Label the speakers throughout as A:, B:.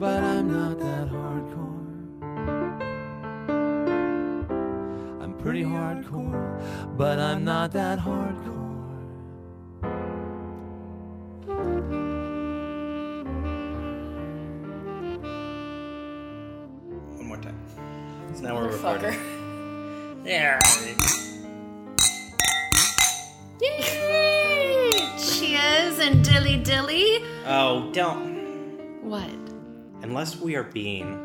A: not that hardcore. I'm pretty hardcore, but I'm not that hardcore.
B: One more time. So now we're recording.
C: Motherfucker.
B: Yeah.
C: Yay! Cheers and dilly dilly.
B: Oh, don't.
C: What?
B: Unless we are being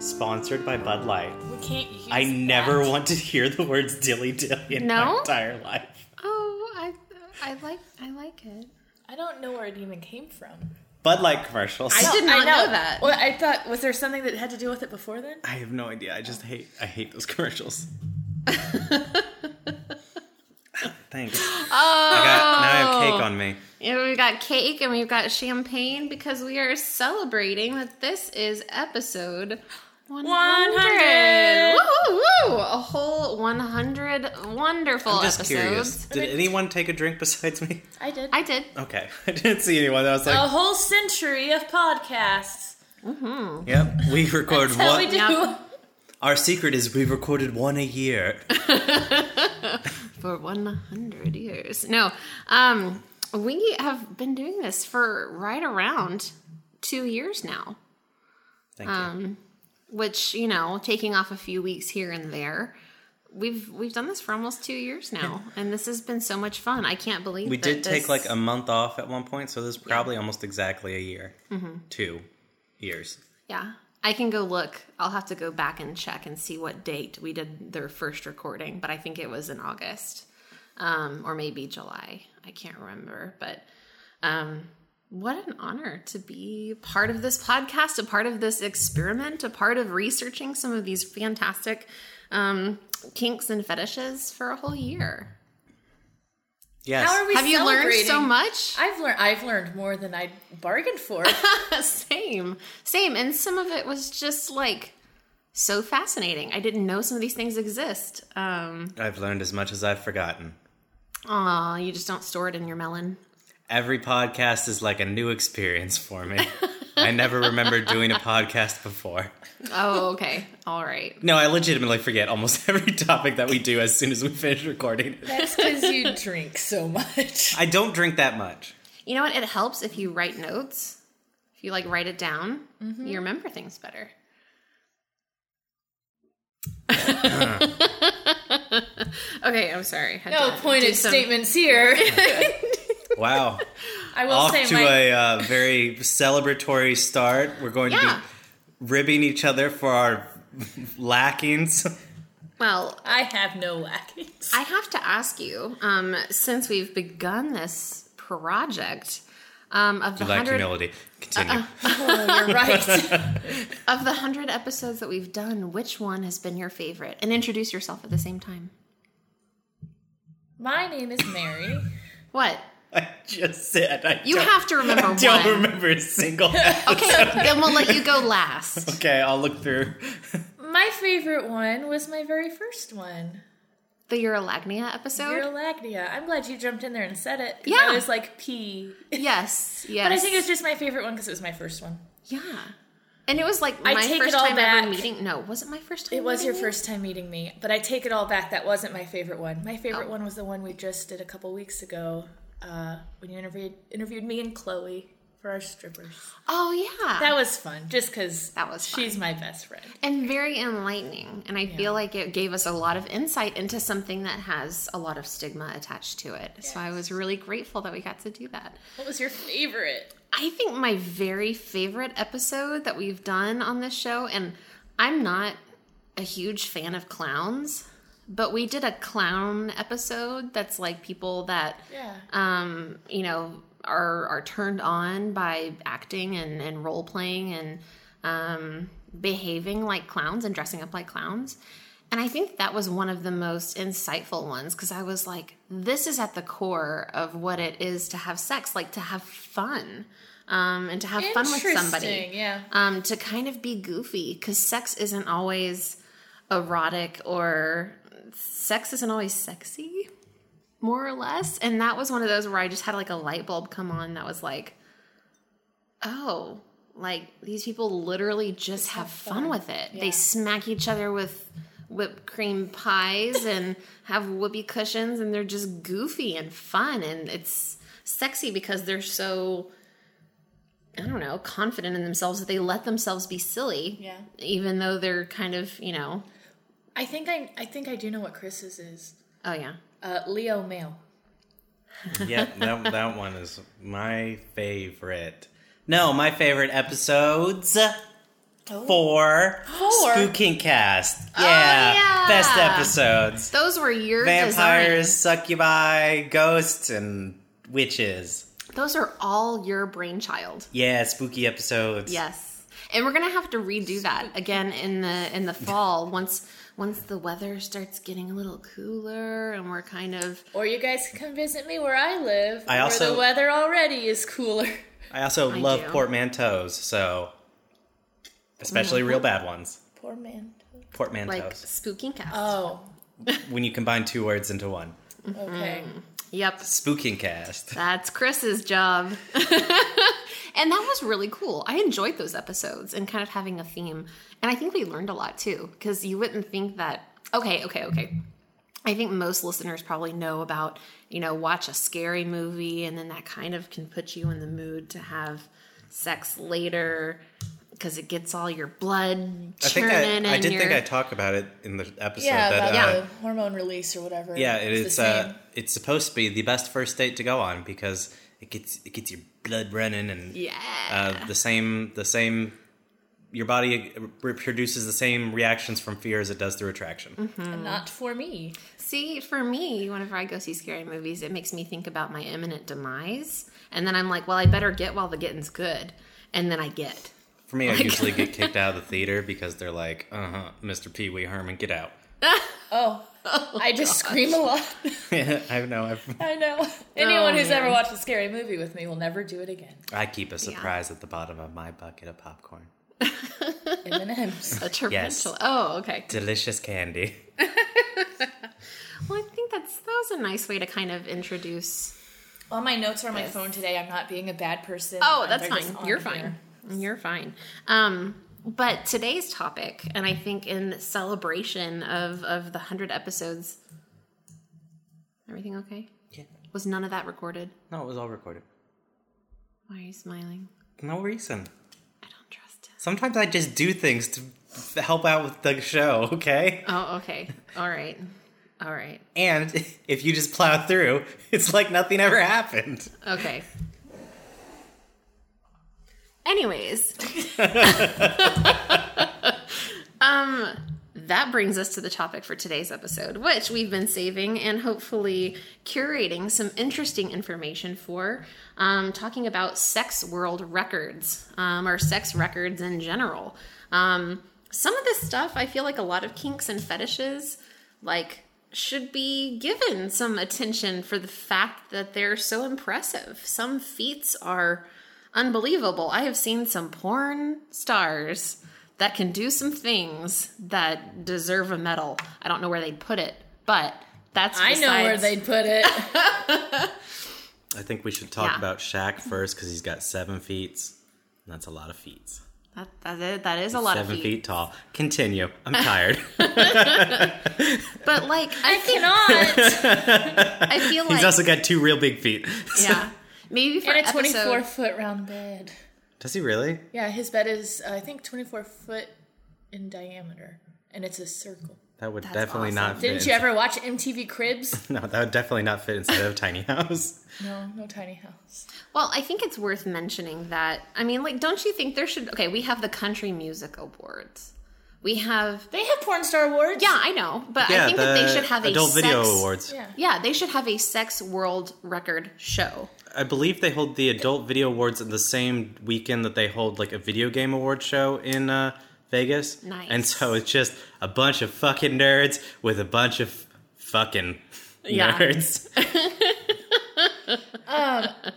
B: sponsored by Bud Light,
C: We can't use
B: I never
C: that.
B: want to hear the words dilly dilly in my
C: No?
B: entire life.
C: Oh, I I like I like it.
D: I don't know where it even came from.
B: Bud Light commercials.
C: I-
B: I,
C: did not know that.
D: Well, I thought was there something that had to do with it before then?
B: have no idea. I just hate. I hate those commercials. Thanks. Oh. I got, now I have cake on me.
C: Oh, Yeah, we've got cake and we've got champagne because we are celebrating that this is episode 100.
D: 100.
C: Woo, woo, A whole 100 wonderful
B: I'm just
C: Oh.
B: curious.
C: episodes.
B: Did anyone take a drink besides me?
D: I did.
C: I did.
B: Okay, I didn't see anyone. I was
D: A
B: like,
D: whole century of podcasts.
C: Oh.
B: "Yep, we record
D: That's how
B: one."
D: we do.
C: Yep.
B: Our secret is we recorded one a year.
C: for 100 years. No, um, we have been doing this for right around two years now,
B: Thank
C: Um,
B: you.
C: which you know, taking off a few weeks here and there. We've we've done this for almost two years now, and this has been so much fun. I can't believe
B: We
C: that
B: did take
C: this-
B: like a month off at one point, so this is probably almost exactly a year.
D: Mm-hmm.
B: Two years.
C: yeah. I can go look. I'll have to go back and check and see what date we did their first recording, but I think it was in August, um, or maybe July. I can't remember, but um, what an honor to be part of this podcast, a part of this experiment, a part of researching some of these fantastic um, kinks and fetishes for a whole year.
B: Yes.
D: How are we
C: Have you learned so
D: celebrating?
C: much?
D: I've learned. I've learned more than I bargained for.
C: same, same. And some of it was just like so fascinating. I didn't know some of these things exist. Um,
B: I've learned as much as I've forgotten.
C: aw, you just don't store it in your melon.
B: Every podcast is like a new experience for me. I never remembered doing a podcast before.
C: Oh, okay. All right.
B: No, I legitimately forget almost every topic that we do as soon as we finish recording.
D: That's because you drink so much.
B: I don't drink that much.
C: You know what? It helps if you write notes. If you like write it down, you remember things better. okay, I'm sorry. Had
D: No
C: to do
D: pointed
C: some-
D: statements here.
B: Wow.
D: I will
B: Off
D: say
B: to
D: my.
B: a uh, very celebratory start. We're going to
C: Yeah.
B: be ribbing each other for our lackings.
C: Well,
D: I have no lackings.
C: I have to ask you, um, since we've begun this project um, of the
B: You lack
C: hundred Uh-uh.
B: humility. Continue.
D: You're right.
C: of the hundred episodes that we've done, which one has been your favorite? And introduce yourself at the same time.
D: my name is Mary.
C: What
B: I just said I
C: you
B: don't,
C: have to remember
B: I don't
C: one.
B: remember a single.
C: Okay, then we'll let you go last.
B: okay, I'll look through.
D: My favorite one was my very first one.
C: The Urolagnia episode.
D: Urolagnia. I'm glad you jumped in there and said it. 'cause
C: Yeah.
D: I was like P.
C: Yes, yes.
D: But I think it's just my favorite one because it was my first one.
C: yeah. And it was like my
D: I take it
C: first
D: all
C: time ever
D: back.
C: meeting. No, was it my first time?
D: It was your
C: meeting you?
D: first time meeting me, but I take it all back. That wasn't my favorite one. My
C: Oh.
D: favorite one was the one we just did a couple weeks ago uh, when you interviewed interviewed me and Chloe for our strippers.
C: Oh yeah.
D: That was fun, just because
C: That was fun.
D: she's my best friend.
C: and very enlightening. And I feel like it gave us a lot of insight into something that has a lot of stigma attached to it. So I was really grateful that we got to do that.
D: What was your favorite?
C: I think my very favorite episode that we've done on this show, and I'm not a huge fan of clowns, but we did a clown episode that's like people that
D: Yeah.
C: um, you know, are are turned on by acting and, and role playing and um, behaving like clowns and dressing up like clowns. And I think that was one of the most insightful ones because I was like, this is at the core of what it is to have sex, like to have fun um, and to have fun with somebody
D: Interesting, Yeah.
C: um, to kind of be goofy because sex isn't always erotic or sex isn't always sexy, more or less. And that was one of those where I just had like a light bulb come on that was like, oh, Like these people literally just have fun, with it. They
D: Yeah.
C: smack each other with whipped cream pies and have whoopee cushions and they're just goofy and fun and it's sexy because they're so I don't know, confident in themselves that they let themselves be silly.
D: Yeah.
C: Even though they're kind of, you know,
D: I think I I think I do know what Chris's is.
C: oh yeah.
D: Uh, Leo male.
B: yeah, that, that one is my favorite. No, my favorite episodes
C: Oh.
B: for
D: Four?
B: Spooking Cast. Yeah,
C: yeah.
B: best episodes.
C: Those were your
B: Vampires,
C: design.
B: succubi, ghosts, and witches.
C: Those are all your brainchild.
B: Yeah, spooky episodes.
C: Yes. And we're gonna have to redo that again in the in the fall once once the weather starts getting a little cooler and we're kind of
D: Or you guys can come visit me where I live.
B: I
D: where
B: also-
D: the weather already is cooler.
B: I also love
C: do.
B: portmanteaus, so especially
C: Mm-hmm.
B: real bad ones.
D: Poor man.
B: Portmanteaus.
C: like spooking cast.
D: Oh,
B: when you combine two words into one.
C: Mm-hmm.
D: okay.
C: Yep.
B: Spooking Cast.
C: That's Chris's job. and that was really cool. I enjoyed those episodes and kind of having a theme. And I think we learned a lot too, because you wouldn't think that. Okay, okay, okay. I think most listeners probably know about, you know, watch a scary movie and then that kind of can put you in the mood to have sex later because it gets all your blood
B: I think
C: churning. and
B: I, I did
C: your,
B: think I talk about it in the episode.
D: Yeah,
B: that,
D: about
B: uh,
D: the hormone release or whatever.
B: Yeah, it
D: It's
B: is.
D: the
B: Uh,
D: same.
B: it's supposed to be the best first date to go on because it gets it gets your blood running and
C: Yeah.
B: uh, the same the same. Your body reproduces the same reactions from fear as it does through attraction.
C: Mm-hmm. mm.
D: Not for me.
C: See, for me, whenever I go see scary movies, it makes me think about my imminent demise. And then I'm like, well, I better get while the getting's good. And then I get.
B: For
C: Oh
B: me, I usually get kicked out of the theater because they're like, "Uh huh, Mr. Pee Wee Herman, get out."
D: Oh, I just scream a lot.
B: I know. I've,
D: I know. Anyone who's
C: man.
D: ever watched a scary movie with me will never do it again.
B: I keep a surprise at the bottom of my bucket of popcorn.
D: M&M's.
C: A
B: Yes.
C: torrential. Oh, okay.
B: Delicious candy.
C: Well, I think that's that was a nice way to kind of introduce.
D: All my notes are on my phone today. I'm not being a bad person.
C: Oh,
D: Um,
C: that's
D: they're just
C: fine.
D: on
C: You're
D: here.
C: fine. You're fine. Um, but today's topic, and I think in celebration of of the hundred episodes, everything okay?
B: Yeah.
C: Was none of that recorded?
B: No, it was all recorded.
C: Why are you smiling?
B: No reason.
C: I don't trust him.
B: Sometimes I just do things to help out with the show, okay?
C: Oh, okay. All right. All right.
B: And if you just plow through, it's like nothing ever happened.
C: Okay. Anyways, um, that brings us to the topic for today's episode, which we've been saving and hopefully curating some interesting information for, um, talking about sex world records um, or sex records in general. Um, some of this stuff, I feel like a lot of kinks and fetishes, like should be given some attention for the fact that they're so impressive. Some feats are unbelievable. I have seen some porn stars that can do some things that deserve a medal. I don't know where they'd put it, but that's
D: I know where they'd
C: besides-
D: put it.
B: I think we should talk
C: Yeah.
B: about Shaq first because he's got seven feet. And that's a lot of feet.
C: that, that is, that is a lot
B: seven
C: of feet.
B: feet tall. Continue. I'm tired.
C: But like I,
D: I cannot.
C: I feel like
B: he's also got two real big feet.
C: yeah. Maybe for
D: In a
C: episode-
D: 24 foot round bed.
B: Does he really?
D: Yeah, his bed is, uh, I think, 24 foot in diameter. And it's a circle.
B: That would definitely not
C: awesome.
B: fit.
D: Didn't
B: ins-
D: you ever watch MTV Cribs?
B: No, that would definitely not fit inside of a tiny house.
D: No, no tiny house.
C: Well, I think it's worth mentioning that. I mean, like, don't you think there should? Okay, we have the Country Music Awards. We have.
D: They have porn star awards.
C: Yeah, I know, but I think that they should have
B: adult
C: a
B: video
C: sex-
B: awards.
D: Yeah.
C: Yeah, they should have a sex world record show.
B: I believe they hold the adult video awards in the same weekend that they hold like a video game award show in uh, Vegas.
C: Nice.
B: And so it's just a bunch of fucking nerds with a bunch of fucking
C: Yeah.
B: nerds.
D: I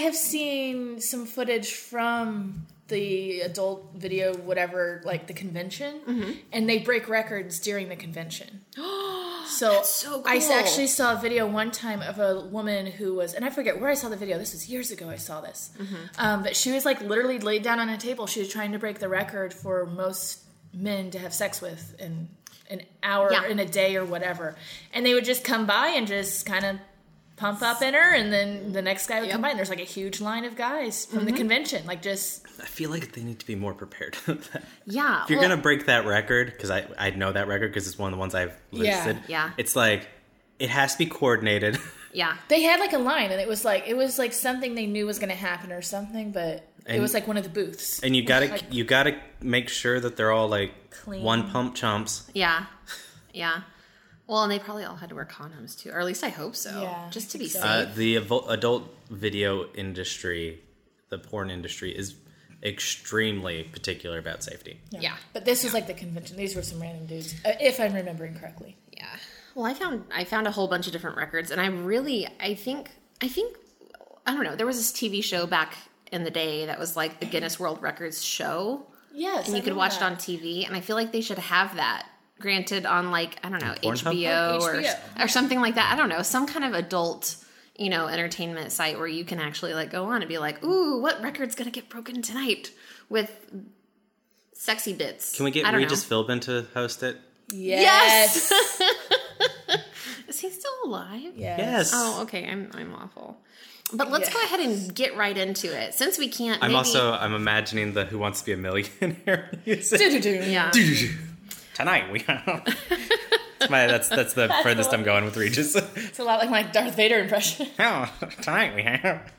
D: have seen some footage from the adult video,
C: Mm-hmm.
D: whatever, like the convention, and they break records during the convention. So,
C: so
D: I
C: cool.
D: actually saw a video one time of a woman who was, and I forget where I saw the video. This was years ago. I saw this,
C: Mm-hmm.
D: um, but she was like literally laid down on a table. She was trying to break the record for most men to have sex with in an hour,
C: Yeah.
D: in a day, or whatever. And they would just come by and just kind of pump up in her, and then the next guy would come by, and there's like a huge line of guys from the convention, like just
B: I feel like they need to be more prepared. if
C: Yeah.
B: you're
C: well,
B: gonna break that record, because I I know that record because it's one of the ones I've
D: Yeah.
B: listed.
C: Yeah.
B: It's like it has to be coordinated.
C: Yeah.
D: They had like a line, and it was like it was like something they knew was going to happen or something, but it
B: And-
D: was like one of the booths.
B: and you gotta you gotta make sure that they're all like
D: Clean.
B: one pump chumps.
C: Yeah. Yeah. Well, and they probably all had to wear condoms too, or at least I hope so.
D: Yeah,
C: just
D: I
C: to be
D: think so.
C: safe.
B: Uh, the avo- adult video industry, the porn industry, is extremely particular about safety.
C: yeah.
D: But this was like the convention. These were some random dudes, uh, if I'm remembering correctly.
C: Yeah. Well, I found I found a whole bunch of different records, and I really I think I think I don't know. There was this TV show back in the day that was like the Guinness World Records show,
D: Yes,
C: and you could watch it on TV. And I feel like they should have that. Granted, on like I don't know
B: Pornhub?
C: HBO or
D: HBO.
C: or something like that. I don't know some kind of adult you know entertainment site where you can actually like go on and be like, ooh, what record's gonna get broken tonight with sexy bits?
B: Can we
C: I
B: get
C: don't
B: Regis
C: know.
B: Philbin to host it?
D: Yes, yes.
C: Is he still alive?
B: Yes.
C: Oh, okay. I'm I'm awful. But let's go ahead and get right into it since we can't.
B: I'm
C: maybe-
B: also I'm imagining the Who Wants to Be a Millionaire music.
D: yeah.
C: yeah.
B: Tonight we. That's my that's that's the furthest I'm going with Regis.
D: It's a lot like my Darth Vader impression.
B: Oh, tonight we have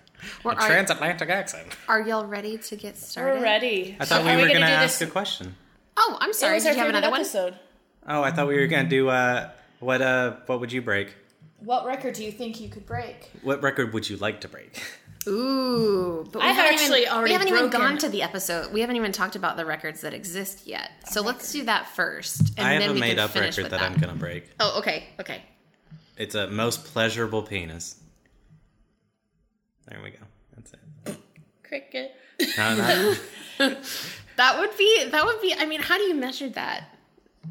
C: Well,
B: a
C: are-
B: transatlantic accent.
C: Are y'all ready to get started?
D: We're ready.
B: I thought
D: So
B: we
D: are
B: were
D: gonna
B: gonna,
D: do
B: ask
D: this-
B: a question.
C: Oh, I'm
D: It
C: sorry.
D: was
C: Did
D: our
C: you have
D: favorite
C: another one?
D: episode.
B: Oh, I thought we were gonna do uh, what uh, what would you break?
D: What record do you think you could break?
B: What record would you like to break?
C: Ooh, but we
D: I've
C: haven't
D: actually
C: even,
D: already
C: we haven't even
D: broken-
C: gone to the episode. We haven't even talked about the records that exist yet.
D: Oh,
C: So let's do that first, and
B: I
C: then
B: have a
C: we can
B: made up
C: finish
B: record
C: with
B: that, I'm gonna break.
C: Oh, okay, okay.
B: It's a most pleasurable penis. There we go. That's it.
D: Cricket.
B: No, no.
C: That would be that would be. I mean, how do you measure that?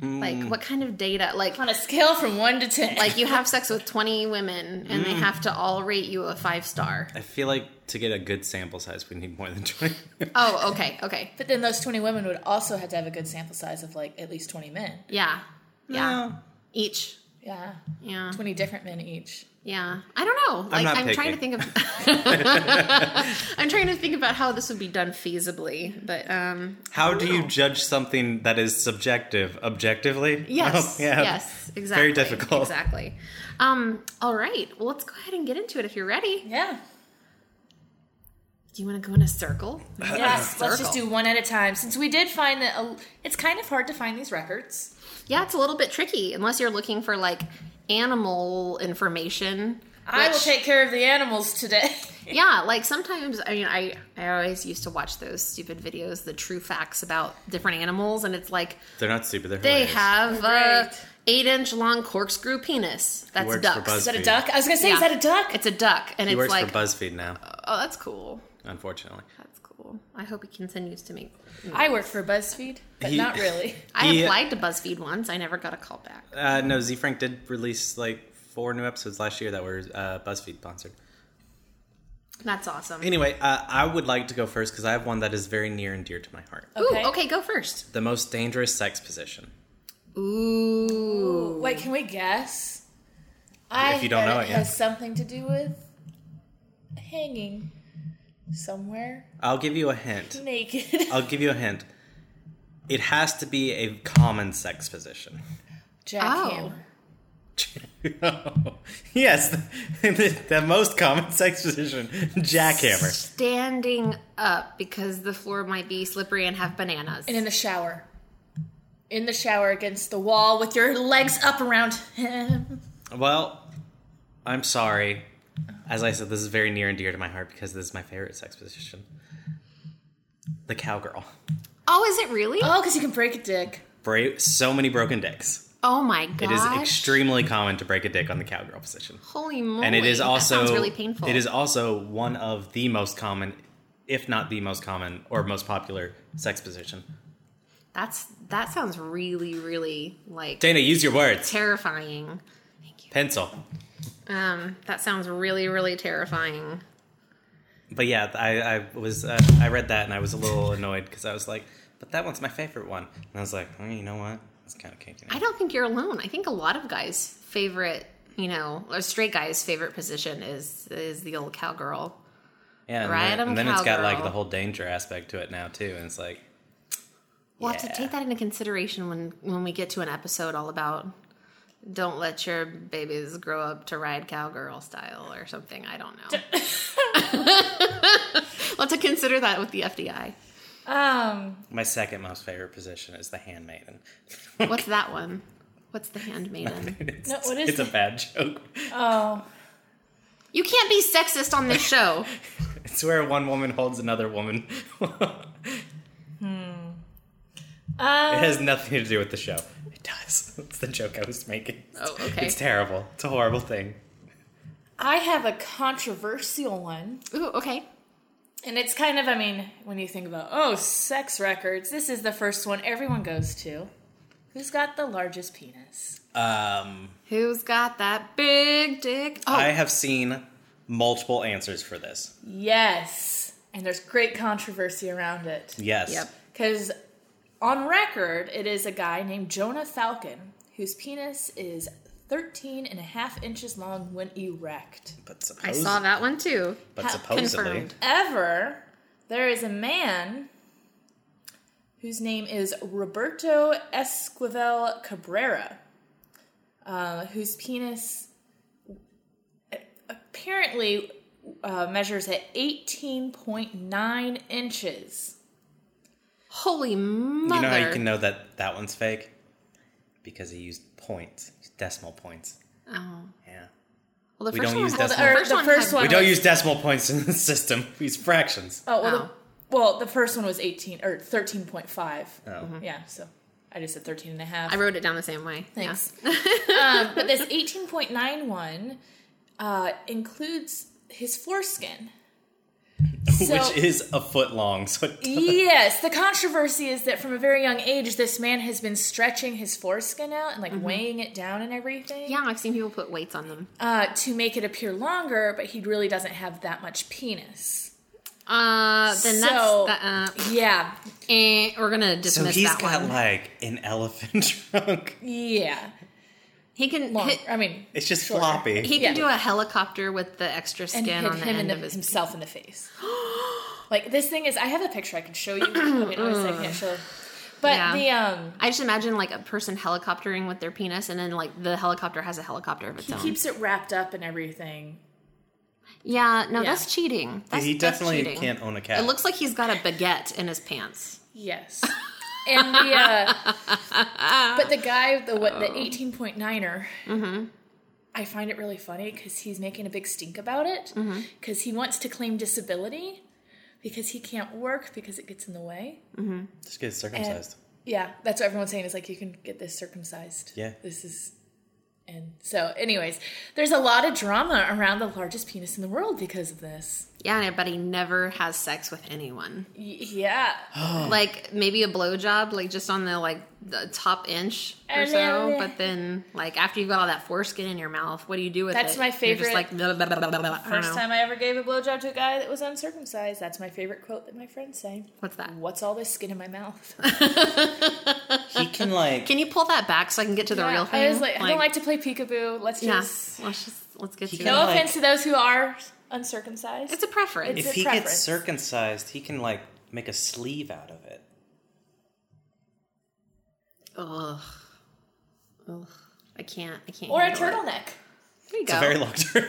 C: Like,
B: Mm.
C: what kind of data? Like,
D: On a scale from one to ten,
C: like you have sex with 20 women, and
B: Mm.
C: they have to all rate you a five star.
B: I feel like to get a good sample size, we need more than twenty.
C: Oh, okay, okay.
D: but then those twenty women would also have to have a good sample size of like at least twenty men.
C: Yeah. Yeah.
B: No.
C: Each.
D: Yeah,
C: Yeah.
D: twenty different men each.
C: Yeah. I don't know. Like I'm,
B: not
C: trying to
B: picky.
C: think of I'm trying to think about how this would be done feasibly, but um
B: How do you judge something that is subjective objectively?
C: yes.
B: Oh, yeah.
C: Yes, exactly.
B: Very difficult.
C: Exactly. Um all right. Well, let's go ahead and get into it if you're ready.
D: Yeah.
C: Do you want to go in a circle?
D: Yes, let's just
C: Circle.
D: do one at a time. Since we did find that a, it's kind of hard to find these records.
C: Yeah, it's a little bit tricky unless you're looking for like animal information.
D: I will
C: which-
D: take care of the animals today.
C: yeah like sometimes i mean i i always used to watch those stupid videos the true facts about different animals and it's like
B: They're not stupid. They're
C: they
B: hilarious.
C: have a
D: Right.
C: eight inch long corkscrew penis that's
B: works for
C: ducks
D: Is that a
B: Buzzfeed.
D: duck? I was gonna say, is
C: Yeah.
D: that a duck?
C: it's a duck and
B: He
C: it's
B: works
C: like
B: for BuzzFeed now,
C: oh that's cool
B: unfortunately.
C: that's cool i hope he continues to make
D: I work for BuzzFeed, but
B: He-
D: not really.
C: i
B: He-
C: applied to buzzfeed once i never got a call back
B: Uh, no, Z Frank did release like four new episodes last year that were uh, BuzzFeed sponsored.
C: that's awesome
B: Anyway, uh, I would like to go first because I have one that is very near and dear to my heart.
C: Ooh, okay, go first.
B: The most dangerous sex position.
C: Ooh.
D: Wait, can we guess? I
B: If you don't
D: bet
B: know
D: it
B: it, yeah.
D: has something to do with hanging somewhere
B: I'll give you a hint.
D: naked.
B: I'll give you a hint. It has to be a common sex position.
D: Jackhammer.
B: yes, the, the most common sex position, jackhammer.
C: Standing up because the floor might be slippery and have bananas.
D: And in the shower. In the shower against the wall with your legs up around him.
B: Well, I'm sorry. As I said, this is very near and dear to my heart because this is my favorite sex position. The cowgirl.
C: oh, is it really?
D: Oh, because you can break a dick.
B: Bra- so many broken dicks.
C: Oh my god!
B: It is extremely common to break a dick on the cowgirl position.
C: Holy moly!
B: and it is also
C: Oh, that sounds really painful.
B: It is also one of the most common, if not the most common or most popular sex position.
C: That's that sounds really, really like
B: Dana, use your words.
C: terrifying.
B: Pencil.
C: Um, that sounds really, really terrifying.
B: But yeah, I, I was uh, I read that and I was a little annoyed because I was like, but that one's my favorite one, and I was like, oh, you know what? That's kind of kinky.
C: I don't think you're alone. I think a lot of guys' favorite, you know, or straight guys' favorite position is is the old cowgirl.
B: Yeah, and
C: Ride
B: then,
C: 'em,
B: and then it's got like
C: cowgirl.
B: the whole danger aspect to it now too, and it's like,
C: We'll
B: Yeah.
C: have to take that into consideration when when we get to an episode all about don't let your babies grow up to ride cowgirl style or something. I don't know. we'll have to consider that with the FDI.
D: Um,
B: My second most favorite position is the handmaiden.
C: What's that one? What's the handmaiden?
B: it's,
D: No, what is
B: it's a bad joke.
D: oh,
C: You can't be sexist on this show.
B: It's where one woman holds another woman. it
C: Hmm. Um,
D: uh,
B: has nothing to do with the show. It does. It's the joke I was making.
C: Oh, okay.
B: It's terrible. It's a horrible thing.
D: I have a controversial one.
C: Ooh, okay.
D: And it's kind of, I mean, when you think about, oh, sex records, this is the first one everyone goes to. Who's got the largest penis?
B: Um,
C: Who's got that big dick? Oh,
B: I have seen multiple answers for this.
D: Yes. And there's great controversy around it.
B: Yes.
C: Yep.
D: Because on record, it is a guy named Jonah Falcon whose penis is 13 and a half inches long when erect.
B: But
C: I
B: suppose-
C: saw that one too.
B: But
C: Ha-
B: supposedly-
C: confirmed.
D: Ever, there is a man whose name is Roberto Esquivel Cabrera, uh, whose penis apparently uh, measures at 18.9 inches.
C: Holy
B: You
C: mother!
B: know how you can know that that one's fake? Because he used points, decimal points.
C: oh.
B: Yeah.
C: Well, the
B: We
C: first
B: don't
C: one
B: use
C: had-
B: decimal-
D: Or the first
C: had-
D: one
B: We don't
D: was-
B: use decimal points in the system. We use fractions.
D: Oh, well,
C: Wow.
D: the, well the first one was 18 or 13.5.
B: Oh.
C: Mm-hmm.
D: Yeah, so I just said 13 and a half.
C: I wrote it down the same way. Yeah.
D: Thanks. um, but this 18.91 uh, includes his foreskin. So-
B: which is a foot long. So it doesn't-
D: yes, the controversy is that from a very young age, this man has been stretching his foreskin out and like weighing it down and everything
C: Mm-hmm. Yeah, I've seen people put weights on them.
D: uh, to make it appear longer, but he really doesn't have that much penis.
C: Uh, then
D: So-
C: that's the, uh,
D: Yeah,
C: eh, we're gonna
B: so
C: dismiss
B: he's
C: that
B: got
C: one.
B: like an elephant trunk.
D: yeah.
C: he can
D: Long.
C: hit-
D: I mean,
B: It's just
D: Sure.
B: floppy.
C: he
D: Yeah.
C: can do a helicopter with the extra
D: and
C: skin
D: hit
C: on the
D: him in
C: end of
D: the,
C: his.
D: himself in the face. like this thing is, I have a picture I can show you. I mean, obviously I can't show, but
C: Yeah.
D: the um.
C: I just imagine like a person helicoptering with their penis, and then like the helicopter has a helicopter of its
D: He
C: own.
D: keeps it wrapped up and everything.
C: yeah, no,
D: Yeah.
C: that's cheating. That's,
B: he
C: that's
B: definitely
C: cheating.
B: can't own a cat.
C: It looks like he's got a baguette in his pants.
D: Yes. And the uh, but the guy the what
C: Oh.
D: the eighteen point niner.
C: Mm-hmm.
D: I find it really funny because he's making a big stink about it
C: Mm-hmm.
D: because he wants to claim disability because he can't work because it gets in the way.
B: just get circumcised.
D: Yeah, that's what everyone's saying is like you can get this circumcised.
B: Yeah.
D: This is and so anyways, there's a lot of drama around the largest penis in the world because of this.
C: Yeah, and everybody never has sex with anyone.
D: Y- yeah.
C: Oh. like maybe a blowjob, like just on the like the top inch or
D: And
C: so.
D: then-
C: But then, like after you've got all that foreskin in your mouth, what do you do with
D: That's
C: it?
D: my
C: You're
D: favorite-
C: just like blah, blah, blah, blah, blah, blah. I don't
D: First
C: know.
D: time I ever gave a blowjob to a guy that was uncircumcised. That's my favorite quote that my friends say.
C: What's that?
D: What's all this skin in my mouth?
B: He can like
C: Can you pull that back so I can get to the real thing?
D: I was like, I don't like to play peekaboo. Let's
C: yeah.
D: just.
C: Let's just let's get to
B: can
C: it.
D: No
B: like-
D: offense to those who are uncircumcised.
C: It's a preference.
D: It's
B: if
D: a
B: he
D: preference.
B: gets circumcised, he can like make a sleeve out of it.
C: Ugh. Ugh. I can't. I can't.
D: or a
C: handle it.
D: turtleneck.
C: There you
B: It's a very
C: go.
B: long term.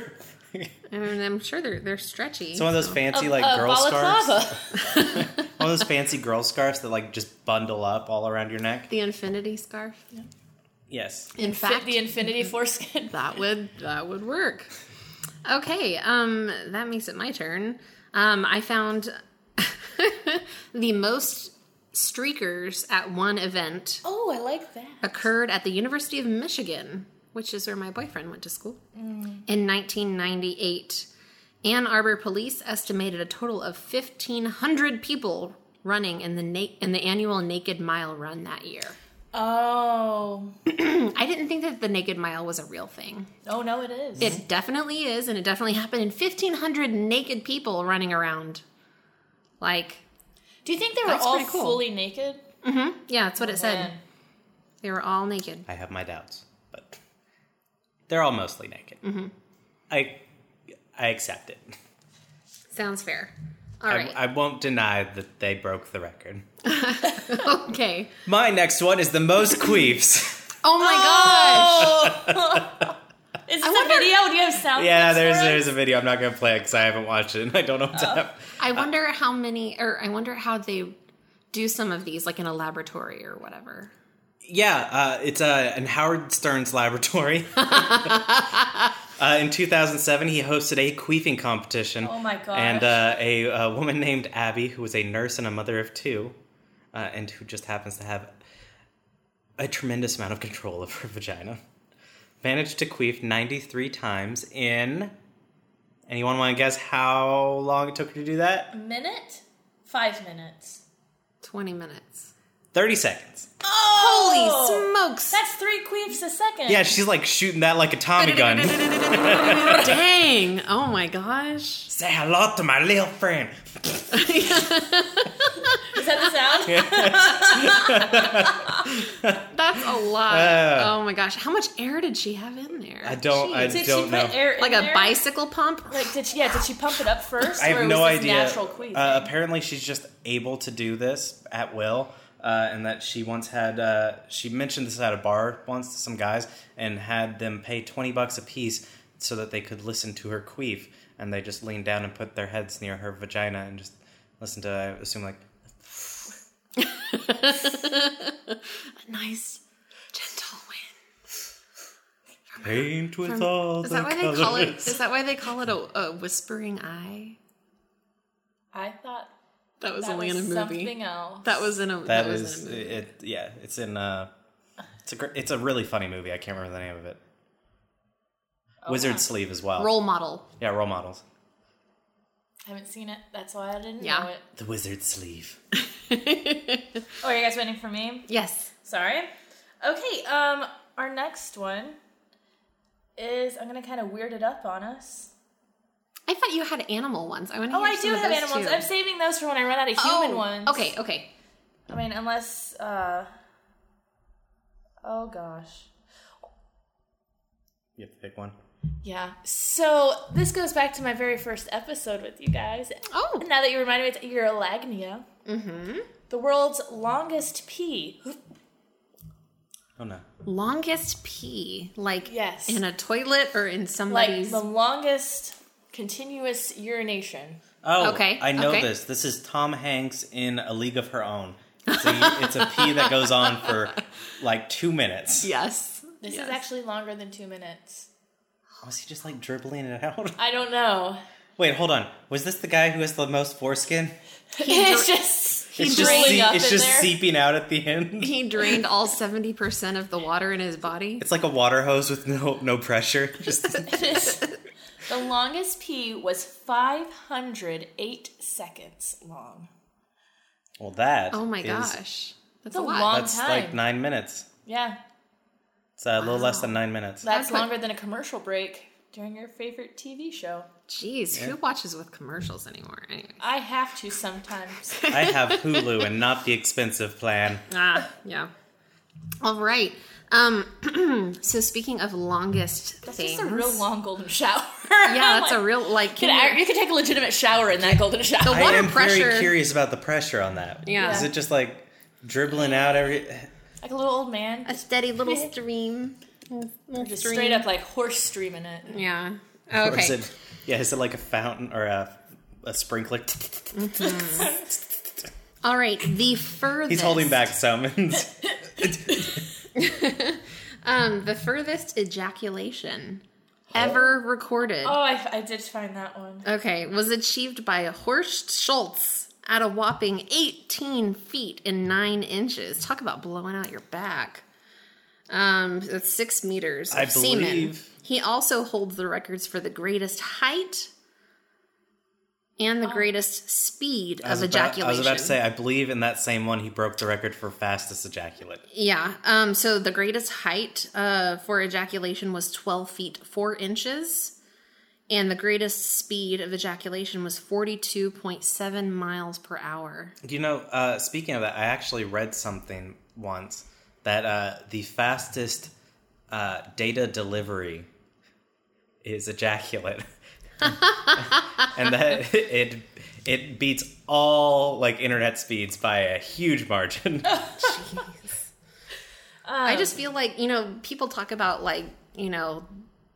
C: And I'm sure they're they're stretchy.
B: It's one of those fancy like
D: a
B: girl scarves.
D: balaclava.
B: One of those fancy girl scarves that like just bundle up all around your neck.
C: the infinity scarf.
B: Yes.
C: In fact,
D: the infinity foreskin.
C: that would that would work. Okay, um, that makes it my turn. Um, I found the most streakers at one event
D: Oh, I like that.
C: occurred at the University of Michigan, which is where my boyfriend went to school, in 1998. Ann Arbor police estimated a total of 1,500 people running in the na- in the annual naked mile run that year.
D: Oh.
C: I didn't think that the naked mile was a real thing.
D: Oh no, it is.
C: It definitely is, and it definitely happened. And fifteen hundred naked people running around. Like,
D: Do you think they were
C: That's
D: all
C: pretty cool.
D: fully naked?
C: yeah, that's what it said.
D: Man.
C: They were all naked.
B: I have my doubts, but they're all mostly naked.
C: Mm-hmm.
B: I I accept it.
C: Sounds fair. All
B: I,
C: right.
B: I won't deny that they broke the record.
C: okay.
B: My next one is the most queefs.
C: Oh my gosh.
D: Is this a video? Do you have sound?
B: Oh yeah,
D: clips
B: there's
D: for
B: there's
D: us?
B: a video. I'm not gonna play it because I haven't watched it and I don't know what's up.
C: I wonder how many, or I wonder how they do some of these, like in a laboratory or whatever.
B: Yeah, uh, it's uh, in Howard Stern's laboratory. uh, in 2007, he hosted a queefing competition.
D: Oh my gosh.
B: And uh, a, uh woman named Abby, who was a nurse and a mother of two, uh, and who just happens to have a tremendous amount of control of her vagina, managed to queef 93 times in. Anyone want to guess how long it took her to do that?
D: minute, five minutes.
C: 20 minutes.
B: 30 seconds.
D: Oh,
C: Holy smokes.
D: That's three queefs a second.
B: Yeah, she's like shooting that like a Tommy gun.
C: Dang. Oh my gosh.
B: Say hello to my little friend.
D: Is that the sound?
C: That's a lot.
B: Uh.
C: oh my gosh. How much air did she have in there?
B: I don't. I
C: Jeez.
D: Did
B: don't
D: she
B: know.
D: put air in
C: like a
D: there?
C: bicycle pump?
D: Like, did she? Yeah, did she pump it up first?
B: I
D: or
B: have
D: was
B: no
D: this
B: idea.
D: Natural queef.
B: Uh, apparently, she's just able to do this at will, uh, and that she once had. Uh, she mentioned this at a bar once to some guys, and had them pay twenty bucks a piece so that they could listen to her queef, and they just leaned down and put their heads near her vagina and just listened to. I assume like
C: nice, gentle wind.
B: paint with all
C: Is
B: the
C: that why they call it?
B: colors.
C: Is that why they call it a, a whispering eye?
D: I thought
C: That was
D: that
C: only
D: was
C: in a movie.
D: something else.
C: That was in a.
B: That
C: That, was
B: is
C: in a movie.
B: it. Yeah, it's in. Uh, it's a gr- it's a really funny movie. I can't remember the name of it. Wizard Sleeve as well.
C: Oh, role model.
B: Yeah, role models.
D: I haven't seen it. That's why I didn't
C: Yeah.
D: know it.
B: The Wizard Sleeve.
D: Oh, are you guys waiting for me?
C: Yes.
D: Sorry. Okay. Um, our next one is I'm gonna kind of weird it up on us.
C: I thought you had animal ones. I want to.
D: Oh, I do have animals. I'm saving those Oh, for when I run out of human ones.
C: Oh, Okay. Okay.
D: I mean, unless. uh Oh gosh.
B: You have to pick one.
D: Yeah. So this goes back to my very first episode with you guys.
C: Oh.
D: And now that you reminded me, it's Urolagnia. Mm-hmm. The world's longest pea.
B: Oh no.
C: Longest pee, like
D: Yes.
C: in a toilet or in
D: Like
C: somebody's.
D: the longest continuous urination.
B: Oh,
C: Okay,
B: I know
C: okay.
B: this. This is Tom Hanks in A League of Her Own. It's a, it's a pee that goes on for like two minutes.
C: yes.
D: This
C: Yes.
D: is actually longer than two minutes.
B: Was he just like dribbling it out?
D: I don't know.
B: Wait, hold on. Was this the guy who has the most foreskin?
D: it's just
B: it's
D: drooling
B: just
D: up
B: it's
D: in
B: just
D: there.
B: seeping out at the end.
C: He drained all seventy percent of the water in his body.
B: It's like a water hose with no no pressure. Just
D: the longest pee was 508 seconds long.
B: well, that.
C: Oh my
B: is-
C: gosh, that's
D: It's a
C: a lot.
D: long
B: That's
D: time.
B: like nine minutes.
D: yeah,
B: It's a little less than nine minutes.
D: that's
C: That's what-
D: longer than a commercial break during your favorite TV show.
C: Jeez, who watches with commercials anymore? Anyway.
D: I have to sometimes.
B: I have Hulu and not the expensive plan.
C: Ah, yeah. All right. Um, so speaking of longest
D: That's
C: things,
D: just a real long golden shower.
C: yeah, that's a real like.
D: You
C: Can
D: can,
C: you-
D: act- you can take a legitimate shower in that golden shower.
C: The
B: I
C: Water
B: am
C: pressure.
B: very curious about the pressure on that.
C: Yeah.
B: Is it just like dribbling out every?
D: like a little old man.
C: a steady little stream, little
D: Just
C: stream.
D: straight up like horse streaming it.
C: Yeah.
B: Or is
C: Okay.
B: it? Yeah. Is it like a fountain or a a sprinkler?
C: All right. The furthest.
B: He's holding back summons.
C: Um, the furthest ejaculation ever recorded.
D: Oh, I, I did find that one.
C: Okay, was achieved by Horst Schultz at a whopping 18 feet and 9 inches. Talk about blowing out your back. Um, that's 6 meters of
B: I
C: semen.
B: believe-
C: He also holds the records for the greatest height and the greatest speed
B: I was
C: of
B: about-
C: ejaculation.
B: I was about to say, I believe in that same one, he broke the record for fastest ejaculate.
C: Yeah. Um, so the greatest height uh, for ejaculation was 12 feet 4 inches. And the greatest speed of ejaculation was 42.7 miles per hour.
B: You know, uh, speaking of that, I actually read something once that uh, the fastest uh, data delivery is ejaculate, and that it it beats all like internet speeds by a huge margin.
D: Oh.
C: I just feel like, you know, people talk about like, you know,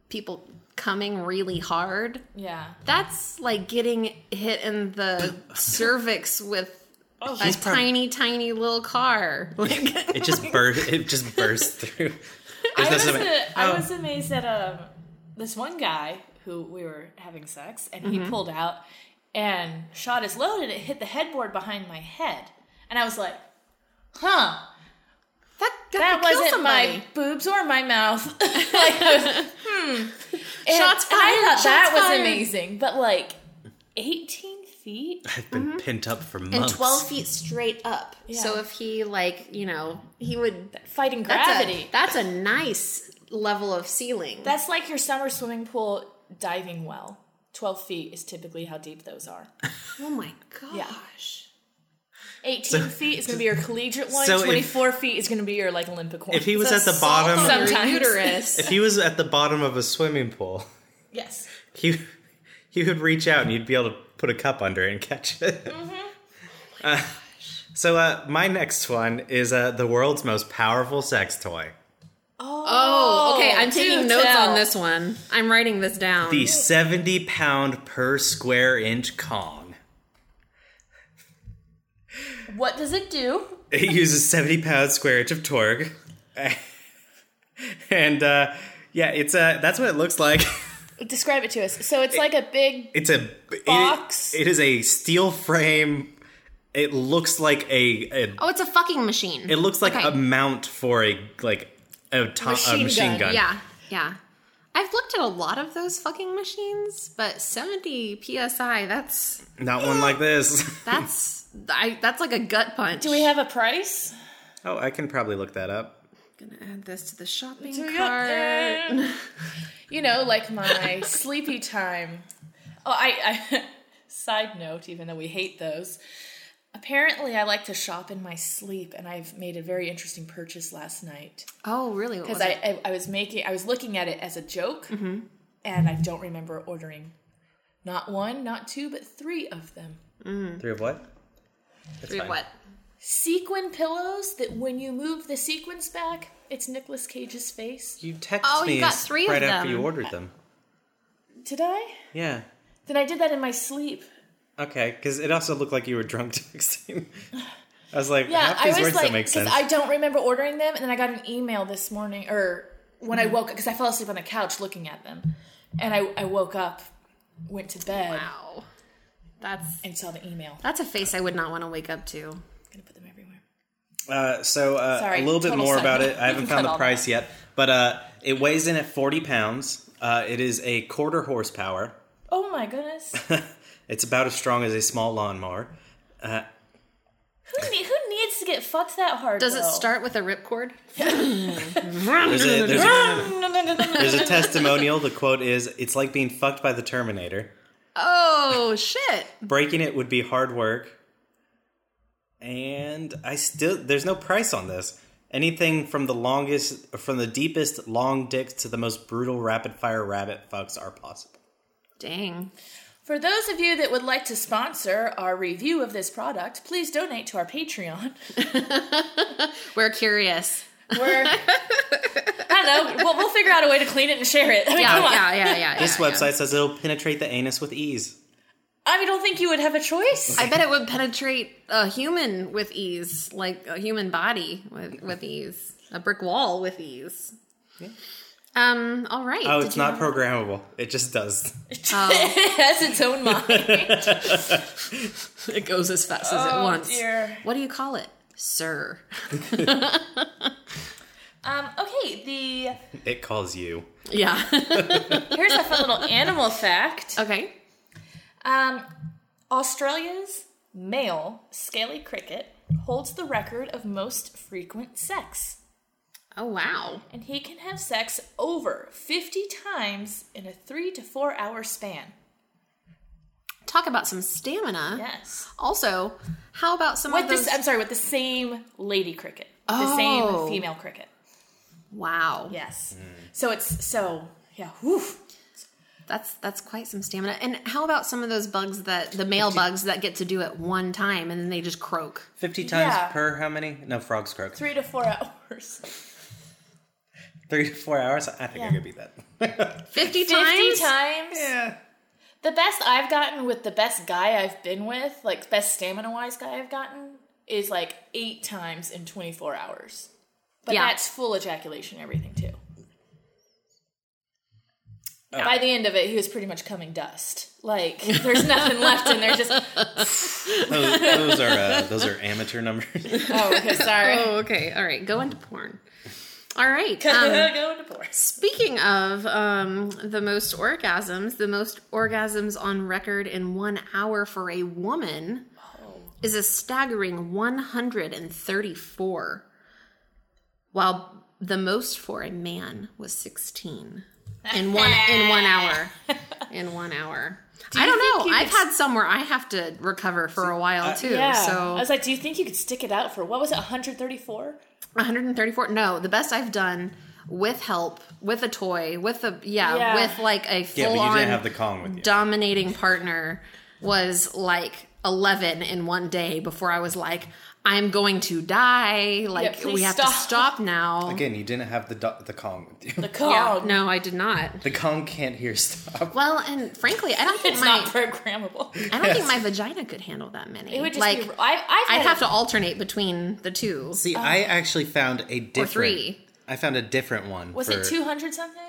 C: people coming really hard.
D: Yeah.
C: That's like getting hit in the cervix with a
B: Oh, he's prob-
C: tiny, tiny little car. Like,
B: it just burst. It just bursts through. There's no
D: I was,
B: stomach.
D: a- I
B: Oh.
D: was amazed at um, this one guy who we were having sex, and
C: Mm-hmm.
D: he pulled out and shot his load, and it hit the headboard behind my head. And I was like, huh,
C: that
D: that
C: that could kill
D: wasn't
C: somebody.
D: my boobs or my mouth. like, I was, hmm. And-
C: Shots
D: and I
C: fired,
D: thought that
C: shots
D: was
C: fired.
D: amazing, but like 18 feet?
B: I've been pent up for months.
C: and 12 feet straight up.
D: Yeah.
C: So if he like, you know, he would
D: Fighting
C: that's
D: gravity.
C: A, that's a nice level of ceiling.
D: That's like your summer swimming pool diving well. 12 feet is typically how deep those are.
C: oh my gosh.
D: 18 feet is going to be your collegiate one.
B: so if-
D: 24 feet is going to be your like Olympic one.
B: If he was
C: The
B: at the
C: salt
B: bottom,
C: on your
D: Sometimes.
C: uterus.
B: if he was at the bottom of a swimming pool.
D: yes.
B: he he would reach out and you'd be able to put a cup under it and catch it. Uh, so uh, my next one is uh, the world's most powerful sex toy,
C: oh, okay. I'm
D: do
C: taking notes
D: tell.
C: on this one. I'm writing this down.
B: the seventy pound per square inch Kong.
D: What does it do?
B: It uses seventy pound square inch of torque, and uh, yeah, it's uh, that's what it looks like.
D: Describe it to us. So it's like a big.
B: It's a it-
D: Box.
B: it is a steel frame. It looks like a, a
C: oh, it's a fucking machine.
B: It looks like
C: Okay.
B: a mount for a like a, to-
D: Machine
B: a machine
D: gun,
B: gun.
C: Yeah, yeah. I've looked at a lot of those fucking machines, but 70 psi. That's
B: Not one like this.
C: that's I. That's like a gut punch.
D: Do we have a price?
B: oh, I can probably look that up.
C: gonna add this to the shopping
D: Do we-
C: cart?
D: you know, like my sleepy time. Oh, I, I. Side note, even though we hate those. Apparently, I like to shop in my sleep, and I've made a very interesting purchase last night.
C: Oh, really? What was Mm-hmm.
D: because I, I I was making I was looking at it as a joke, and I don't remember ordering not one, not two, but three of them.
B: Three of what? That's
C: Three of
B: fine.
C: what?
D: Sequin pillows that when you move the sequins back, it's Nicolas Cage's face.
B: You texted
C: Oh, you
B: me
C: got
B: s-
C: three of
B: right after
C: them.
B: you ordered them.
D: Did I?
B: Yeah.
D: Then I did that in my sleep.
B: Okay, because it also looked like you were drunk texting. I was like,
D: Yeah,
B: half
D: I
B: these
D: was
B: words
D: like,
B: don't make
D: because
B: sense.
D: I don't remember ordering them, and then I got an email this morning or when
C: Mm-hmm.
D: I woke up because I fell asleep on the couch looking at them, and I I woke up, went to bed,
C: Wow. That's
D: and saw the email.
C: that's a face I would not want to wake up to.
D: I'm gonna put them everywhere.
B: Uh, so uh,
D: Sorry,
B: a little bit
D: total
B: more
D: side
B: about
D: note.
B: it. I
D: You can
B: haven't found
D: cut
B: the
D: all
B: price yet, but uh, it weighs in at forty pounds. Uh, it is a quarter horsepower.
D: Oh my goodness.
B: It's about as strong as a small lawnmower.
D: Who, ne- who needs to get fucked that hard?
C: Does it
D: though?
C: start with a ripcord?
B: There's a, there's a
D: No, no, no, no, no.
B: There's a testimonial. The quote is It's like being fucked by the Terminator.
C: Oh shit!
B: Breaking it would be hard work. And I still, there's no price on this. Anything from the longest, from the deepest long dicks to the most brutal rapid fire rabbit fucks are possible.
C: Dang.
D: For those of you that would like to sponsor our review of this product, please donate to our Patreon.
C: We're curious.
D: We're I don't know. We'll, we'll figure out a way to clean it and share it. I mean,
C: Yeah,
D: come on.
C: yeah, yeah, yeah.
B: This
C: yeah, yeah.
B: website says it'll penetrate the anus with ease.
D: I mean, don't think you would have a choice.
C: I bet it would penetrate a human with ease, like a human body with, with ease, a brick wall with ease. Um. All right.
B: Oh,
C: Did
B: it's
C: you
B: not
C: have-
B: programmable. It just does.
D: it has its own mind.
C: It goes as fast as it
D: Oh,
C: wants.
D: dear.
C: What do you call it, sir?
D: Um, okay, the
B: It calls you.
C: Yeah.
D: here's a fun little animal fact.
C: okay.
D: Um, Australia's male scaly cricket holds the record of most frequent sex,
C: Oh wow.
D: and he can have sex over 50 times in a three to four hour span.
C: Talk about some stamina.
D: Yes.
C: Also, how about some
D: With
C: of those?
D: this, I'm sorry, with the same lady cricket, the
C: Oh. Hmm.
D: same female cricket.
C: wow.
D: Yes. So it's so yeah. Whew.
C: That's that's quite some stamina. And how about some of those bugs that the male bugs that get to do it one time and then they just croak?
B: 50 times
D: Yeah.
B: per how many? No, frogs croak. Three,
D: Three to four hours.
B: to four hours? I think I
D: Yeah.
B: could beat that.
C: Fifty times.
D: Fifty times.
B: yeah.
D: The best I've gotten with the best guy I've been with, like best stamina wise guy I've gotten, is like eight times in 24 hours. But
C: Yeah.
D: that's full ejaculation, everything too. By the end of it, he was pretty much coming dust. Like there's nothing left in there. Just
B: Those, those are uh, those are amateur numbers.
D: oh, okay, sorry.
C: Oh, okay. All right. Go into porn. All right. Um,
D: Go into porn.
C: speaking of um, the most orgasms, the most orgasms on record in one hour for a woman is a staggering 134, while the most for a man was 16 in one in one hour. In one hour. I don't
D: think
C: know.
D: you
C: I've
D: could- uh,
C: had some where I have to recover for a while too.
D: Yeah.
C: So
D: I was like, do you think you could stick it out for what was it, 134?
C: 134 no the best i've done with help with a toy with a yeah,
D: Yeah.
C: with like a
B: yeah, but
C: full
B: you
C: on
B: didn't have the Kong with you.
C: dominating partner was like 11 in one day before i was like i'm going to die like
D: please
C: we have
D: stop.
C: to stop now
B: Again, you didn't have the do- the Kong with you.
D: The
B: The,
D: cog.
C: Yeah, no i did not
B: Kong can't hear stuff.
C: well and frankly i don't think
D: It's
C: my
D: not programmable.
C: i don't think my vagina could handle that many
D: It would just
C: like
D: be. I, I've
C: i'd
D: had
C: have to alternate between the two
D: Oh.
B: See, I actually found a different.
C: three.
B: I found a different one.
D: Was it
B: for-
D: 200 something?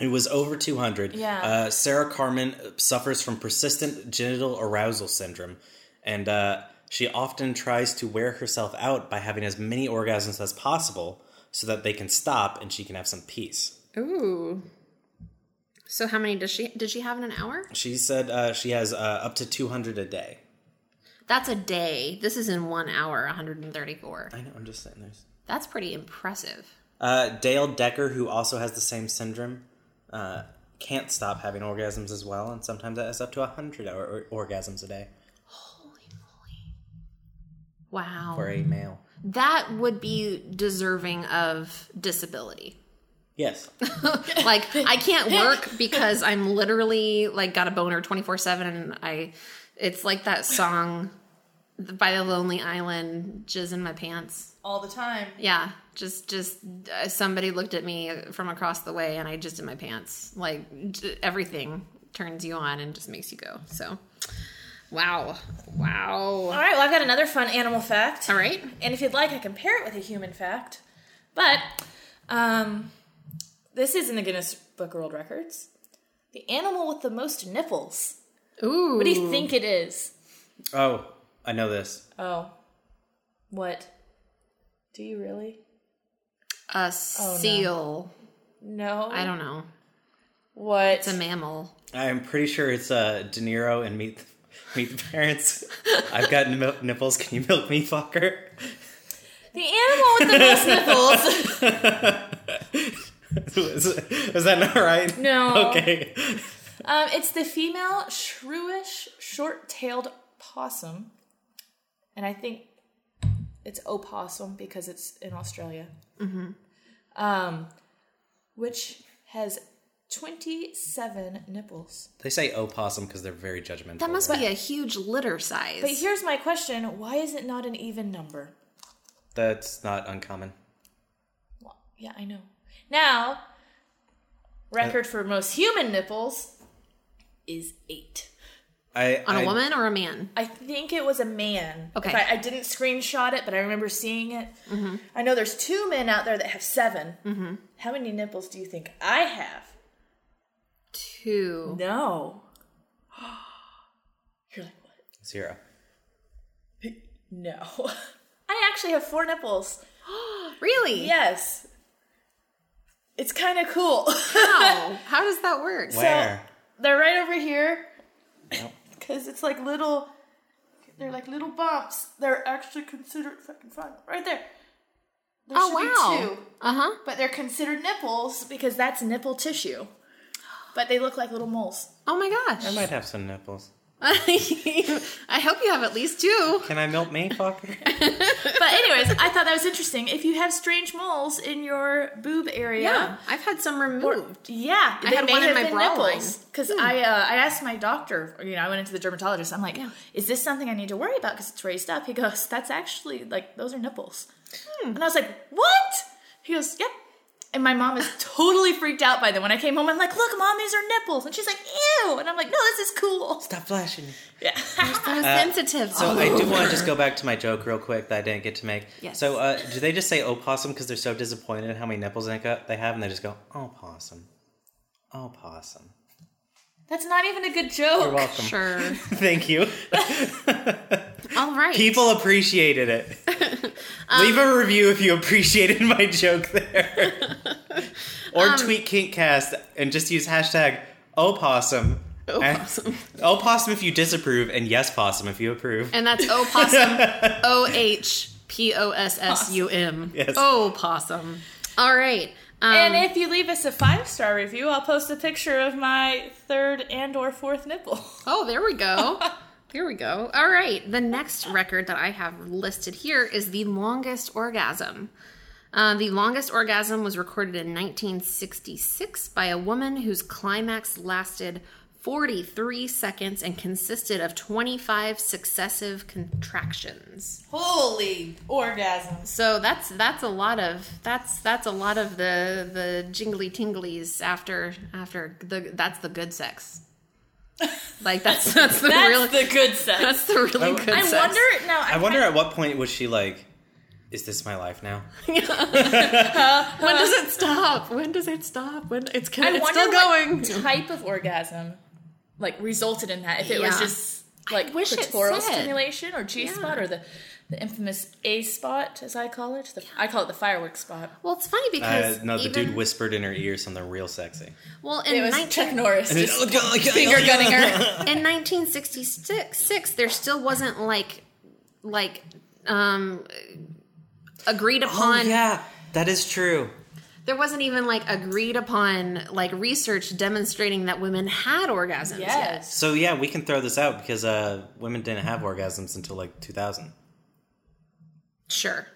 B: It was over 200.
D: Yeah.
B: Uh, Sarah Carmen uh, suffers from persistent genital arousal syndrome, and uh, she often tries to wear herself out by having as many orgasms as possible so that they can stop and she can have some peace.
C: ooh so how many does she did she have in an hour
B: She said uh, she has uh, up to 200 a day.
C: That's a day. This is in one hour, 134.
B: I know, I'm just saying there's.
C: That's pretty impressive.
B: Uh, Dale Decker, who also has the same syndrome, uh, can't stop having orgasms as well, and sometimes that is up to 100 or- or- orgasms a day
C: Wow.
B: for a male.
C: That would be deserving of disability.
B: Yes.
C: Like, I can't work because I'm literally like got a boner 24 7 and I, it's like that song by the Lonely Island, Jizz in My Pants.
D: All the time.
C: Yeah. Just, just uh, somebody looked at me from across the way and I just in my pants. Like j- everything turns you on and just makes you go. So, wow. Wow.
D: All right, well, I've got another fun animal fact.
C: All right.
D: And if you'd like, I compare it with a human fact. But um, this is in the Guinness Book of World Records. The animal with the most nipples.
C: Ooh.
D: What do you think it is?
B: Oh, I know this.
D: Oh. What? Do you really? Oh,
C: A seal.
D: No.
C: I don't know.
D: What?
C: It's a mammal.
B: I'm pretty sure it's uh, De Niro and Meet Meet the Parents. I've got nip- nipples. Can you milk me, fucker?
D: the animal with the most nipples.
B: is, is that not right?
D: No.
B: Okay.
D: Um, it's the female shrewish short-tailed possum, and I think it's opossum because it's in Australia. Mm-hmm. Um, which has twenty-seven nipples.
B: They say opossum because they're very judgmental.
C: That must be a huge litter size.
D: But here's my question: Why is it not an even number?
B: That's not uncommon.
D: Well, yeah, I know. Now, record for most human nipples is eight.
B: I
C: on
B: a
C: a woman or a man?
D: I think it was a man.
C: Okay. Mm-hmm.
D: If I, I didn't screenshot it, but I remember seeing it. I know there's two men out there that have 7 How many nipples do you think I have?
C: Two.
D: No. You're like, what?
B: Zero.
D: No. I actually have four nipples.
C: Really?
D: Yes. It's kind of cool.
C: Wow. How does that work?
B: Where?
D: They're right over here
B: Nope.
D: because it's like little they're like little bumps. They're actually considered if I can find them, right there. There
C: Oh
D: should be
C: wow.
D: two,
C: Uh huh.
D: but they're considered nipples because that's nipple tissue. But they look like little moles.
C: Oh my gosh.
B: I might have some nipples.
C: I hope you have at least two.
B: Can I milk me, fucker?
D: But anyways, I thought that was interesting. If you have strange moles in your boob area,
C: Yeah, I've had some removed.
D: Yeah,
C: I had one in my bra line. Hmm.
D: because I uh, I asked my doctor. You know, I went into the dermatologist. I'm like,
C: Yeah.
D: is this something I need to worry about because it's raised up? He goes, that's actually like those are nipples,
C: Hmm.
D: and I was like, what? He goes, yep. And my mom is totally freaked out by them. When I came home, I'm like, look, mom, these are nipples, and she's like, ew, and I'm like, no, this is cool.
B: Stop flashing.
D: Yeah,
C: I'm sensitive.
B: Uh, So I do want to just go back to my joke real quick that I didn't get to make.
C: Oh. Yes.
B: So uh, do they just say opossum because they're so disappointed in how many nipples they got- they have, and they just go opossum, opossum.
D: that's not even a good
B: You're
D: joke.
B: welcome.
C: sure.
B: Thank you.
C: All right.
B: People appreciated it. Leave
C: Um,
B: a review if you appreciated my joke there, or
C: Um,
B: tweet Kinkcast and just use hashtag opossum. Eh?
C: Opossum.
B: And- opossum if you disapprove, and yes possum if you approve.
C: And that's opossum. O H P O S S U M.
B: Yes.
C: Opossum. All right. Um,
D: And if you leave us a five star review, I'll post a picture of my third and or fourth nipple.
C: oh, there we go. There we go. All right. The next record that I have listed here is the longest orgasm. Uh, the longest orgasm was recorded in 1966 by a woman whose climax lasted 43 seconds and consisted of 25 successive contractions.
D: Holy orgasms.
C: So that's that's a lot of that's that's a lot of the the jingly tinglies after after the that's the good sex. Like that's that's the
D: That's
C: really
D: the good sex.
C: that's the really
B: I-
C: good
D: I
C: sex.
D: wonder now.
B: I wonder at what point was she like, "Is this my life now?"
C: when does it stop? When does it stop? When it's
D: I
C: it's
D: wonder
C: still going.
D: What type of orgasm like resulted in that? If it was
C: Yeah.
D: just like
C: wish it
D: clitoral
C: said.
D: stimulation or G spot or the the infamous A spot as I call it. The, I call it the fireworks spot.
C: Well, it's funny
B: Uh,
C: because
B: no, the
C: even-
B: dude whispered in her ear something real sexy.
C: well
D: It
C: in
D: was
C: 19
D: Chuck Norris just
B: Finger
D: finger gunning her.
C: in 1966 six, there still wasn't like like um agreed upon
B: Oh, yeah, that is true.
C: there wasn't even like agreed upon like research demonstrating that women had orgasms yet.
D: Yes.
B: So yeah, we can throw this out because uh, women didn't have orgasms until like 2000.
C: Sure.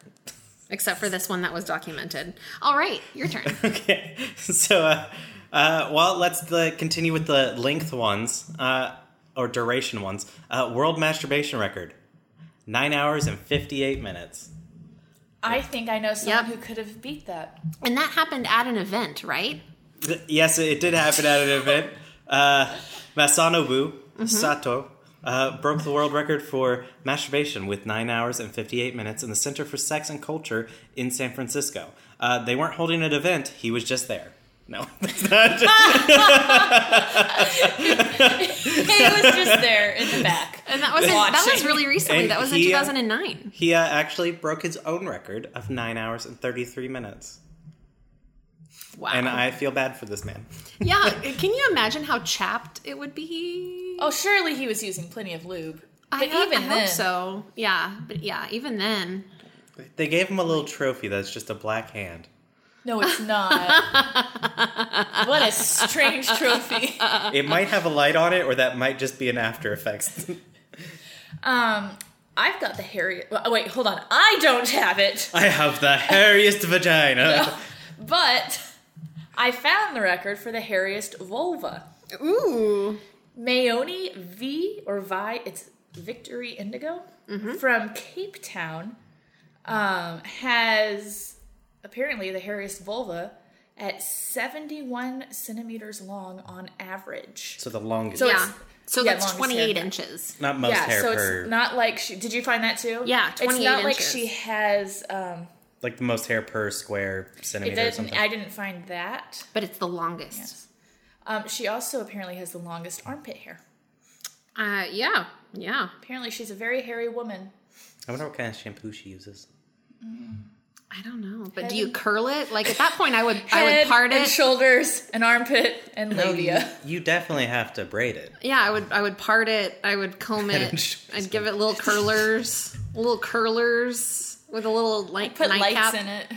C: Except for this one that was documented. All right, your turn.
B: Okay, so uh, uh, well, let's uh, continue with the length ones uh, or duration ones. Uh, world masturbation record: nine hours and 58 minutes.
D: I think I know someone
C: Yep.
D: who could have beat that.
C: and that happened at an event, right?
B: Th- Yes, it did happen at an event. Uh, Masanobu Sato uh, broke the world record for masturbation with 9 hours and 58 minutes in the Center for Sex and Culture in San Francisco. Uh, they weren't holding an event, he was just there. No, that's not
D: He was just there in the back.
C: And that was in, that was
D: Watching.
C: really recently.
B: And
C: that was in
B: he, uh,
C: 2009.
B: he uh, actually broke his own record of 9 hours and 33 minutes.
C: Wow.
B: And I feel bad for this man.
C: yeah, can you imagine how chapped it would be?
D: Oh, surely he was using plenty of lube. But
C: I, hope-
D: even
C: I hope
D: then,
C: so. Yeah, but yeah, even then.
B: They gave him a little trophy that's just a black hand.
D: no, it's not. what a strange trophy.
B: It might have a light on it, or that might just be an After Effects.
D: Um, I've got the Harriet. well, Wait, hold on. I don't have it,
B: I have the hairiest vagina.
D: but I found the record for the hairiest vulva.
C: Ooh.
D: Mayoni V or Vi, it's Victory Indigo
C: Mm-hmm.
D: from Cape Town, um, has apparently the hairiest vulva at 71 centimeters long on average.
B: So the longest.
D: So
C: yeah.
D: it's-
C: So
D: yeah,
C: that's
D: longest hair
C: 28
D: cut.
C: inches.
B: not most
D: yeah,
B: hair
D: so
B: per
D: it's not like she. Did you find that too?
C: Yeah,
D: It's
C: 28
D: not like
C: inches.
D: she has. Um,
B: like the most hair per square
D: it
B: centimeter or
D: doesn't,
B: something.
D: I didn't find that.
C: But it's the longest.
D: Um, she also apparently has the longest armpit hair.
C: Uh yeah. Yeah.
D: Apparently, she's a very hairy woman.
B: I wonder what kind of shampoo she uses.
C: I don't know. But do you curl it? Like at that point, I would I
D: Head
C: would part
D: and
C: it.
D: shoulders and armpit and labia.
B: You definitely have to braid it.
C: Yeah, I would I would part it. I would comb
B: Head and
C: it.
B: shoulders.
C: I'd give it little curlers, little curlers with a little like
D: Put lights
C: nightcap,
D: in it.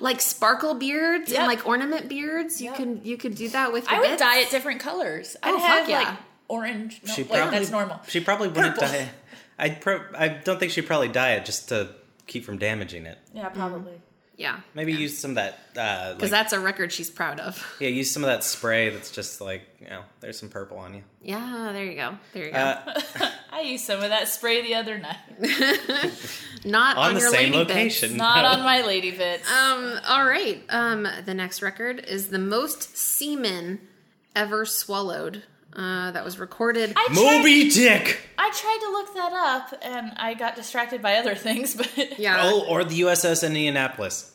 C: like sparkle beards
D: Yep.
C: and like ornament beards. You
D: Yep.
C: can you could do that with.
D: I would
C: bits.
D: dye it different colors. I'd
C: Oh, fuck
D: have
C: yeah.
D: like orange. No,
B: She
D: wait,
B: probably
D: that's normal.
B: She probably wouldn't
D: Purple.
B: dye. I pro- I don't think she'd probably dye it just to keep from damaging it.
D: Yeah, probably.
C: Yeah,
B: Maybe use some of that. Uh, like,
C: because that's a record she's proud of.
B: yeah, use some of that spray that's just like you know, there's some purple on you.
C: Yeah, there you go. There you go.
B: Uh,
D: I used some of that spray the other night.
C: Not on,
B: on the
C: your
B: same
C: lady bits.
B: location.
D: Not on my lady bits.
C: Um, all right. Um, the next record is the most semen ever swallowed. Uh, that was recorded.
D: I tried,
B: Moby Dick.
D: I tried to look that up and I got distracted by other things, but
C: yeah.
B: Oh, or the USS Indianapolis.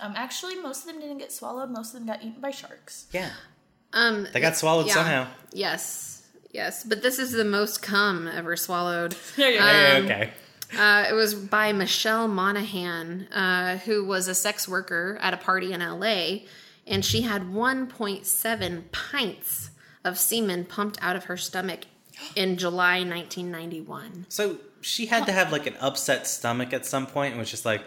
D: um, actually, most of them didn't get swallowed. Most of them got eaten by sharks.
B: Yeah,
C: Um,
B: they got swallowed
C: yeah.
B: somehow.
C: Yes. Yes. But this is the most cum ever swallowed.
D: There you go.
B: Yeah, okay.
C: Uh, it was by Michelle Monaghan, uh, who was a sex worker at a party in LA, and she had 1.7 pints of semen pumped out of her stomach in July 1991.
B: So she had to have like an upset stomach at some point and was just like,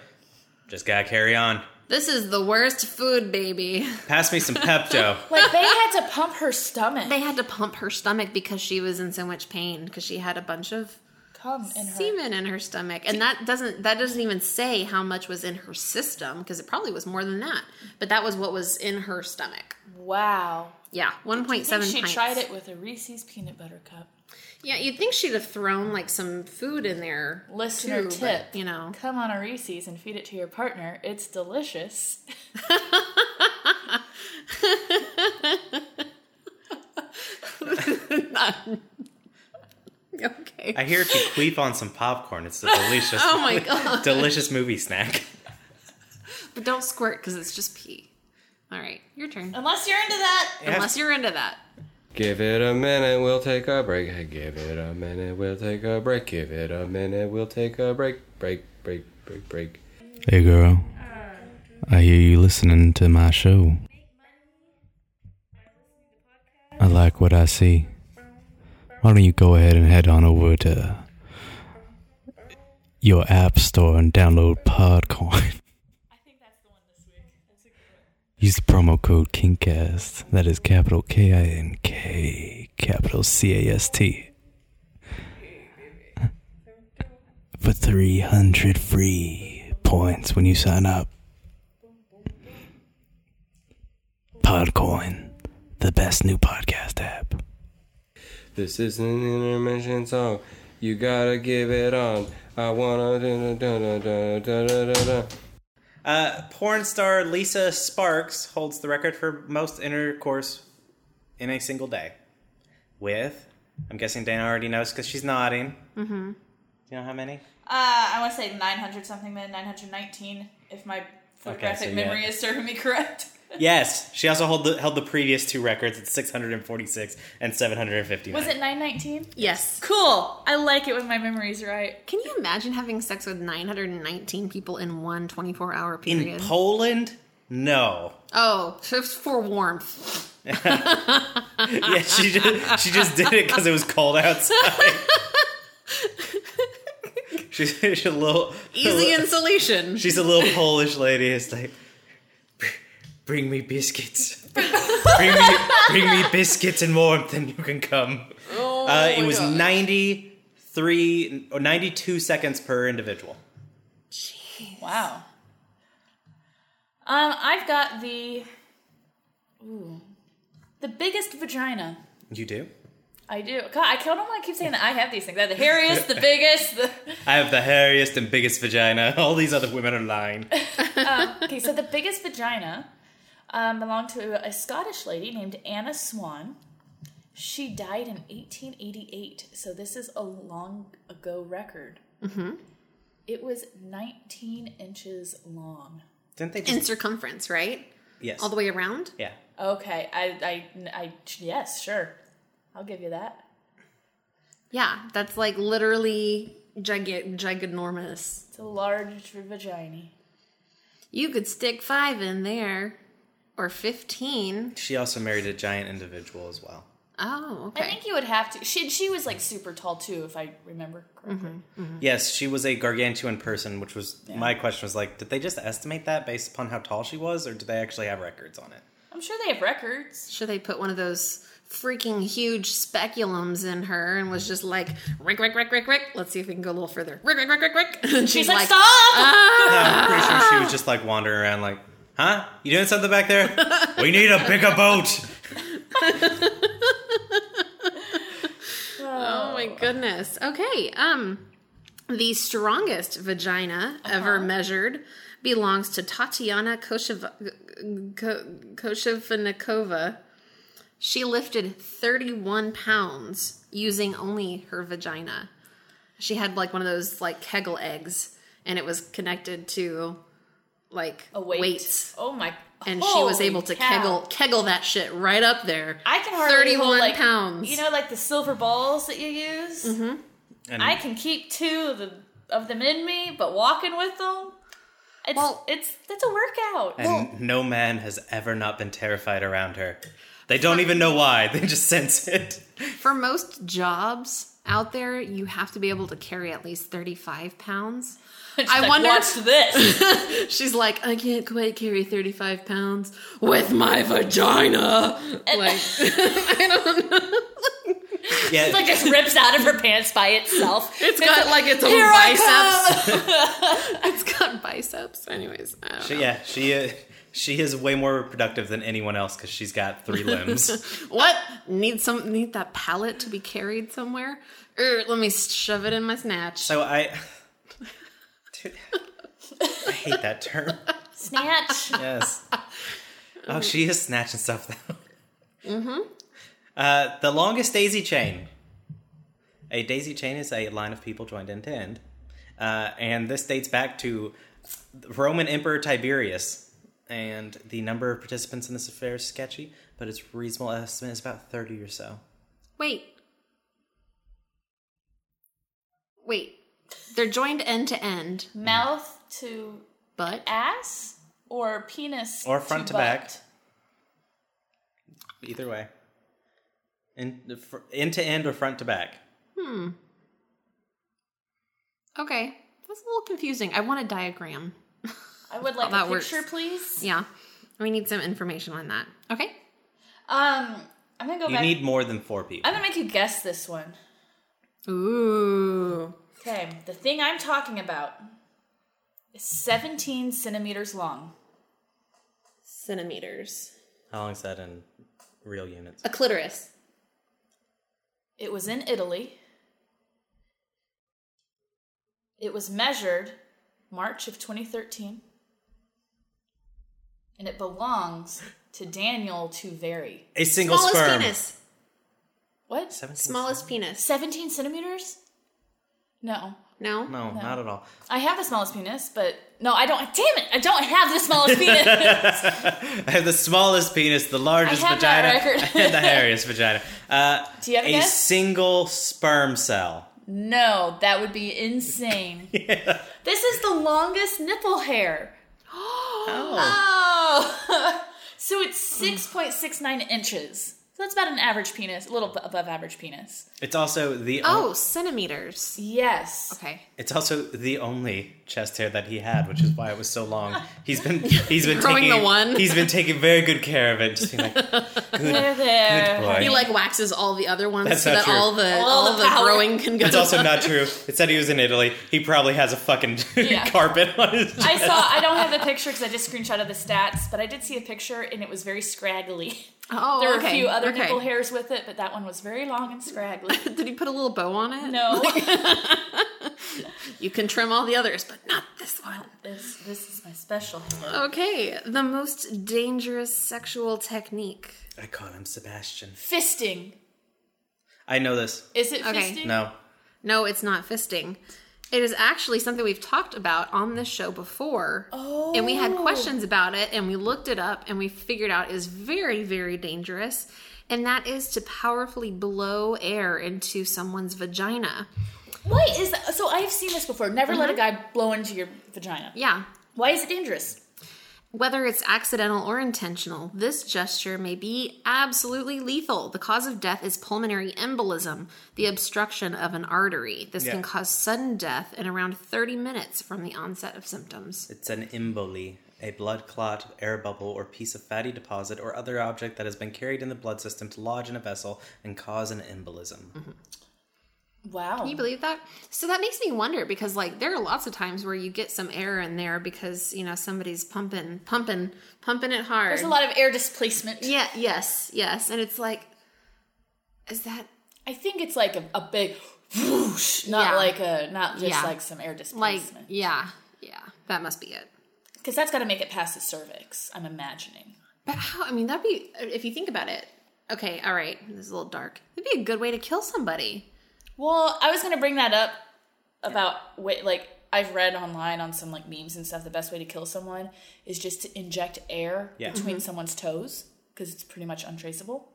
B: just gotta carry on.
C: This is the worst food, baby.
B: Pass me some Pepto.
D: Like they had to pump her stomach.
C: They had to pump her stomach because she was in so much pain because she had a bunch of
D: Come in her.
C: semen in her stomach and that doesn't that doesn't even say how much was in her system because it probably was more than that but that was what was in her stomach
D: Wow.
C: yeah
D: I think
C: 1.7
D: she
C: pints.
D: tried it with a Reese's peanut butter cup.
C: yeah you'd think she'd have thrown like some food in there
D: Listener
C: too,
D: tip:
C: but, you know
D: come on a Reese's and feed it to your partner. It's delicious.
C: okay
B: I hear if you queef on some popcorn, it's a delicious,
C: oh my god
B: delicious movie snack.
C: but don't squirt because it's just pee all right your turn
D: Unless you're into that.
C: unless you're into that
A: Give it a minute, we'll take a break. Hey, Give it a minute, we'll take a break. Give it a minute, we'll take a break. Break, break, break, break.
E: Hey girl, I hear you listening to my show. I like what I see. Why don't you go ahead and head on over to your app store and download Podcoin? Use the promo code KINKCAST. That is capital K I N K, capital C A S T. for 300 free points when you sign up. Podcoin, the best new podcast app.
A: This is an intermission song. You gotta give it on. I wanna da da da da da da da da.
B: Uh, porn star Lisa Sparks holds the record for most intercourse in a single day. With, I'm guessing Dana already knows because she's nodding. Mm-hmm. You know how many?
D: Uh, I want to say 900 something man, 919, if my photographic
B: so yeah.
D: memory is serving me correct.
B: Yes, she also held the, held the previous two records at 646 and 759.
D: Was it 919?
C: yes
D: Cool. I like it when my memory's right.
C: can you imagine having sex with 919 people in one 24 hour period
B: in Poland? No.
C: Oh, just for warmth.
B: Yeah, she just, she just did it because it was cold outside. she's, she's a little
C: Easy insulation.
B: She's a little Polish lady. It's like, "Br- bring me biscuits. bring me bring me biscuits and warmth, and you can come. uh, it
C: Oh my
B: was
C: God.
B: ninety three or ninety two seconds per individual.
D: Wow. Um, I've got the. Ooh. The biggest vagina.
B: You do.
D: I do. God, I don't want to keep saying that I have these things. I have the hairiest, the biggest. The...
B: I have the hairiest and biggest vagina. All these other women are lying.
D: Okay, so the biggest vagina um, belonged to a Scottish lady named Anna Swan. She died in 1888, so this is a long ago record. Mm-hmm. It was 19 inches long.
B: Didn't they
C: In
B: just?
C: circumference, right?
B: Yes.
C: All the way around?
B: Yeah.
D: Okay, I, I, I, yes, sure. I'll give you that.
C: Yeah, that's like literally Giga- giganormous.
D: It's a large vagina.
C: You could stick five in there, or fifteen.
B: She also married a giant individual as well.
C: Oh,
D: I
C: okay.
D: think you would have to. She she was like super tall too, if I remember correctly.
B: Yes, she was a gargantuan person, which was my question was like, did they just estimate that based upon how tall she was, or do they actually have records on it?
D: I'm sure they have records.
C: Should they put one of those freaking huge speculums in her and was just like, Rick, Rick, Rick, Rick, Rick. Let's see if we can go a little further. Rick, Rick, Rick, Rick, Rick. And
D: She's like, uh-huh. stop!
B: Yeah, I'm pretty sure she was just like wandering around like, huh? You doing something back there? we need a bigger boat.
C: Oh my goodness. Okay. Um, the strongest vagina
D: Uh-huh.
C: ever measured belongs to Tatiana Koshev- Ko- Koshevanikova. She lifted 31 pounds using only her vagina. She had like one of those like Kegel eggs, and it was connected to like
D: A weight.
C: weights
D: Oh my!
C: and she was
D: holy
C: able to
D: cow.
C: keggle keggle that shit right up there.
D: I can hardly hold, like,
C: pounds. Mm-hmm.
D: You know, like the silver balls that you use.
B: And
D: I can keep two of, the, of them in me, but walking with them, it's
C: Well-
D: it's that's a workout.
B: and no man has ever not been terrified around her. They don't even know why. They just sense it.
C: for most jobs out there, you have to be able to carry at least thirty five pounds. I
D: Like,
C: wonder.
D: Watch this.
C: She's like, I can't quite carry thirty five pounds with my vagina. Like,
B: Yeah,
D: like just rips out of her pants by itself.
C: it's got like its own
D: Here I
C: biceps. it's got biceps. Anyways, I don't know.
B: she, yeah. She uh, she is way more productive than anyone else because she's got three limbs.
C: What need some need that pallet to be carried somewhere? Er, let me shove it in my snatch.
B: so I, dude, I hate that term.
D: Snatch.
B: Yes. Oh, she is snatching stuff though. Mm-hmm. Uh, the longest daisy chain. A daisy chain is a line of people joined end to end, uh, and this dates back to Roman Emperor Tiberius. And the number of participants in this affair is sketchy, but its reasonable estimate is about thirty or so.
C: Wait. Wait. They're joined end to end,
D: Mouth to
C: but
D: ass or penis
B: Or front to
D: butt?
B: back. Either way, In- fr- end to end or front to back.
C: okay. That's a little confusing. I want a diagram.
D: I would like
C: That
D: a
C: works.
D: picture, please.
C: Yeah. We need some information on that. Okay.
D: Um, I'm gonna go
B: You
D: back.
B: need more than four people.
D: I'm gonna make you guess this one.
C: Ooh.
D: Okay, the thing I'm talking about is 17 centimeters long.
C: Centimeters.
B: How long is that in real units?
C: A clitoris.
D: It was in Italy. It was measured March of 2013. And it belongs to Daniel Tuveri.
B: A single
C: Smallest
B: sperm.
C: penis.
D: What?
B: Seven-
C: Smallest penis.
D: 17 centimeters? No.
C: No?
B: No, not at all.
D: I have the smallest penis, but no, I don't. Damn it! I don't have the smallest penis.
B: I have the smallest penis, the largest
D: I have that
B: vagina,
D: record.
B: and the hairiest vagina. Uh,
D: Do you have a
B: a
D: guess?
B: single sperm cell.
D: No, that would be insane. This is the longest nipple hair.
B: Oh.
D: Oh! so it's 6.69 inches. So that's about an average penis, a little b- above average penis.
B: It's also the
C: Oh,
B: on-
C: centimeters.
D: Yes.
C: Okay.
B: it's also the only chest hair that he had, which is why it was so long. He's been he's been
C: Growing
B: taking
C: the one.
B: He's been taking very good care of it. Just being like,
D: There,
B: good,
D: there.
B: good boy.
C: He like waxes all the other ones
B: That's
C: so
B: not
C: that
B: true.
C: all the
D: All
C: all,
D: the
C: the,
D: power.
C: growing can go.
B: That's also not true. It said he was in Italy. He probably has a fucking
D: Yeah.
B: carpet on his.
D: I saw, I don't have the picture because I just screenshotted the stats, but I did see a picture and it was very scraggly.
C: oh,
D: There were
C: okay.
D: a few other
C: okay.
D: nipple hairs with it, but that one was very long and scraggly.
C: Did he put a little bow on it?
D: No.
C: You can trim all the others, but not this one.
D: this, this is my special hair.
C: Okay, the most dangerous sexual technique.
B: I call him Sebastian.
D: Fisting.
B: I know this.
D: Is it
C: Okay.
D: fisting?
B: No.
C: No, it's not fisting. It is actually something we've talked about on this show before. Oh. And we had questions about it and we looked it up and we figured out is very, very dangerous. And that is to powerfully blow air into someone's vagina.
D: Wait, is that, so? I've seen this before. Never let a guy blow into your vagina.
C: Mm-hmm. Yeah.
D: Why is it dangerous?
C: Whether it's accidental or intentional, this gesture may be absolutely lethal. The cause of death is pulmonary embolism, the obstruction of an artery. This
B: Yeah.
C: can cause sudden death in around 30 minutes from the onset of symptoms.
B: It's an emboli, a blood clot, air bubble, or piece of fatty deposit or other object that has been carried in the blood system to lodge in a vessel and cause an embolism.
C: Mm-hmm.
D: Wow.
C: Can you believe that? So that makes me wonder because like there are lots of times where you get some air in there because, you know, somebody's pumping, pumping, pumping it hard.
D: There's a lot of air displacement.
C: Yeah, yes, yes. And it's like is that
D: I think it's like a, a big whoosh, not
C: Yeah.
D: like a not just
C: Yeah.
D: like some air
C: like
D: displacement.
C: yeah, yeah. That must be it.
D: Because that's got to make it past the cervix. I'm imagining.
C: But how? I mean, that'd be if you think about it. Okay, all right. This is a little dark. It'd be a good way to kill somebody.
D: Well, I was gonna bring that up about what like I've read online on some like memes and stuff. The best way to kill someone is just to inject air
B: Yeah.
C: Mm-hmm.
D: between someone's toes because it's pretty much untraceable,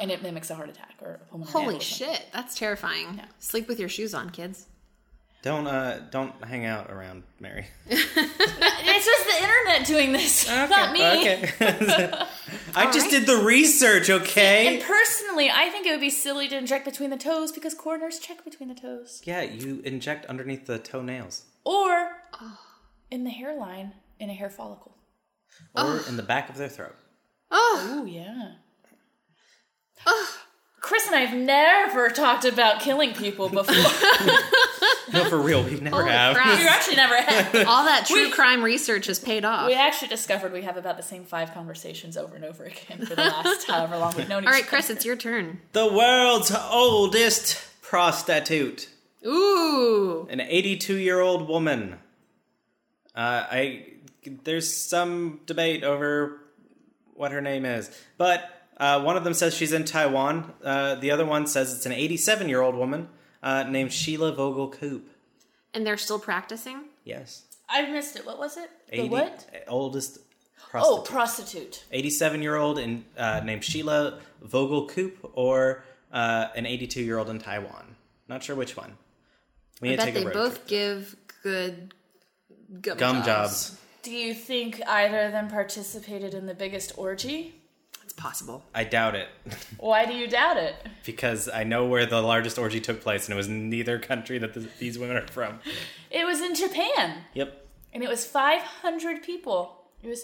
D: and it mimics a heart attack or a pulmonary.
C: Holy
D: embolism.
C: shit, that's terrifying. Sleep with your shoes on, kids.
B: Don't uh, don't hang out around Mary.
D: It's just the internet doing this, not me.
B: Okay. I just did the research,
D: And
B: okay?
D: personally, I think it would be silly to inject between the toes because coroners check between the toes
B: Yeah, you inject underneath the toenails
D: or
C: Ah.
D: in the hairline in a hair follicle.
B: or in the back of their throat.
C: Oh,
D: Oh yeah.
C: Ah.
D: Chris and I have never talked about killing people before.
B: No, for real, we never
C: holy
B: have.
C: crap.
D: you actually never have.
C: all that true crime research has paid off.
D: We actually discovered we have about the same five conversations over and over again for the last however long we've known each
C: All
D: other.
C: right, Chris, it's your turn.
B: The world's oldest prostitute,
C: Ooh,
B: an 82 year old woman. Uh, I there's some debate over what her name is, but uh, one of them says she's in Taiwan. Uh, the other one says it's an 87 year old woman uh, named Sheila Vogel Koop.
C: and they're still practicing.
B: Yes,
D: I missed it. What was it? The
B: 80
D: what?
B: oldest prostitute.
D: Oh, prostitute.
B: 87 year old in, uh, named Sheila Vogel Koop or uh, an 82 year old in Taiwan. Not sure which one. We
C: I
B: need to
C: bet
B: take
C: they
B: a road
C: both
B: trip.
C: give good gum,
B: gum
C: jobs.
B: jobs.
D: Do you think either of them participated in the biggest orgy?
C: It's possible.
B: I doubt it
D: Why do you doubt it?
B: because I know where the largest orgy took place and it was neither country that th- these women are from.
D: It was in Japan,
B: Yep.
D: and it was 500 people. It was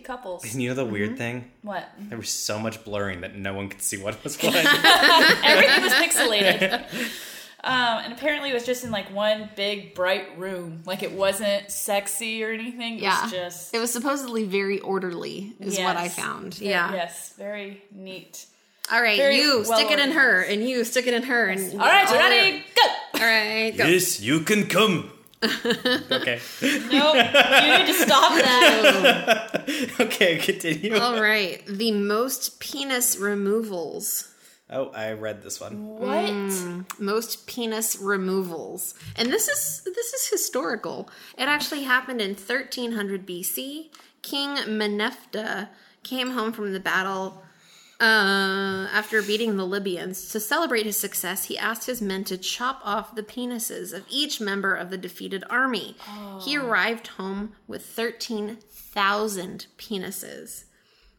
D: couples.
B: And you know the weird thing?
D: What?
B: There was so much blurring that no one could see what was what.
D: Everything was pixelated. Um, and apparently it was just in like one big bright room. Like it wasn't sexy or anything. It
C: Yeah,
D: was just
C: it was supposedly very orderly, is what I
D: Yes.
C: found.
D: Ve-
C: Yeah.
D: Yes, very neat.
C: All right,
D: Very
C: you
D: well
C: stick it in
D: organized.
C: her, and you stick it in her, and
D: All right,
C: all
D: ready, go.
C: All right, go.
B: yes, you can come. okay.
D: Nope, you need to stop that.
B: Okay, continue.
C: All right, the most penis removals.
B: Oh, I read this one.
D: What?
C: Mm, Most penis removals, and this is this is historical. It actually happened in 1300 BC. King Menephtah came home from the battle uh, after beating the Libyans. To celebrate his success, he asked his men to chop off the penises of each member of the defeated army. He arrived home with 13,000 penises.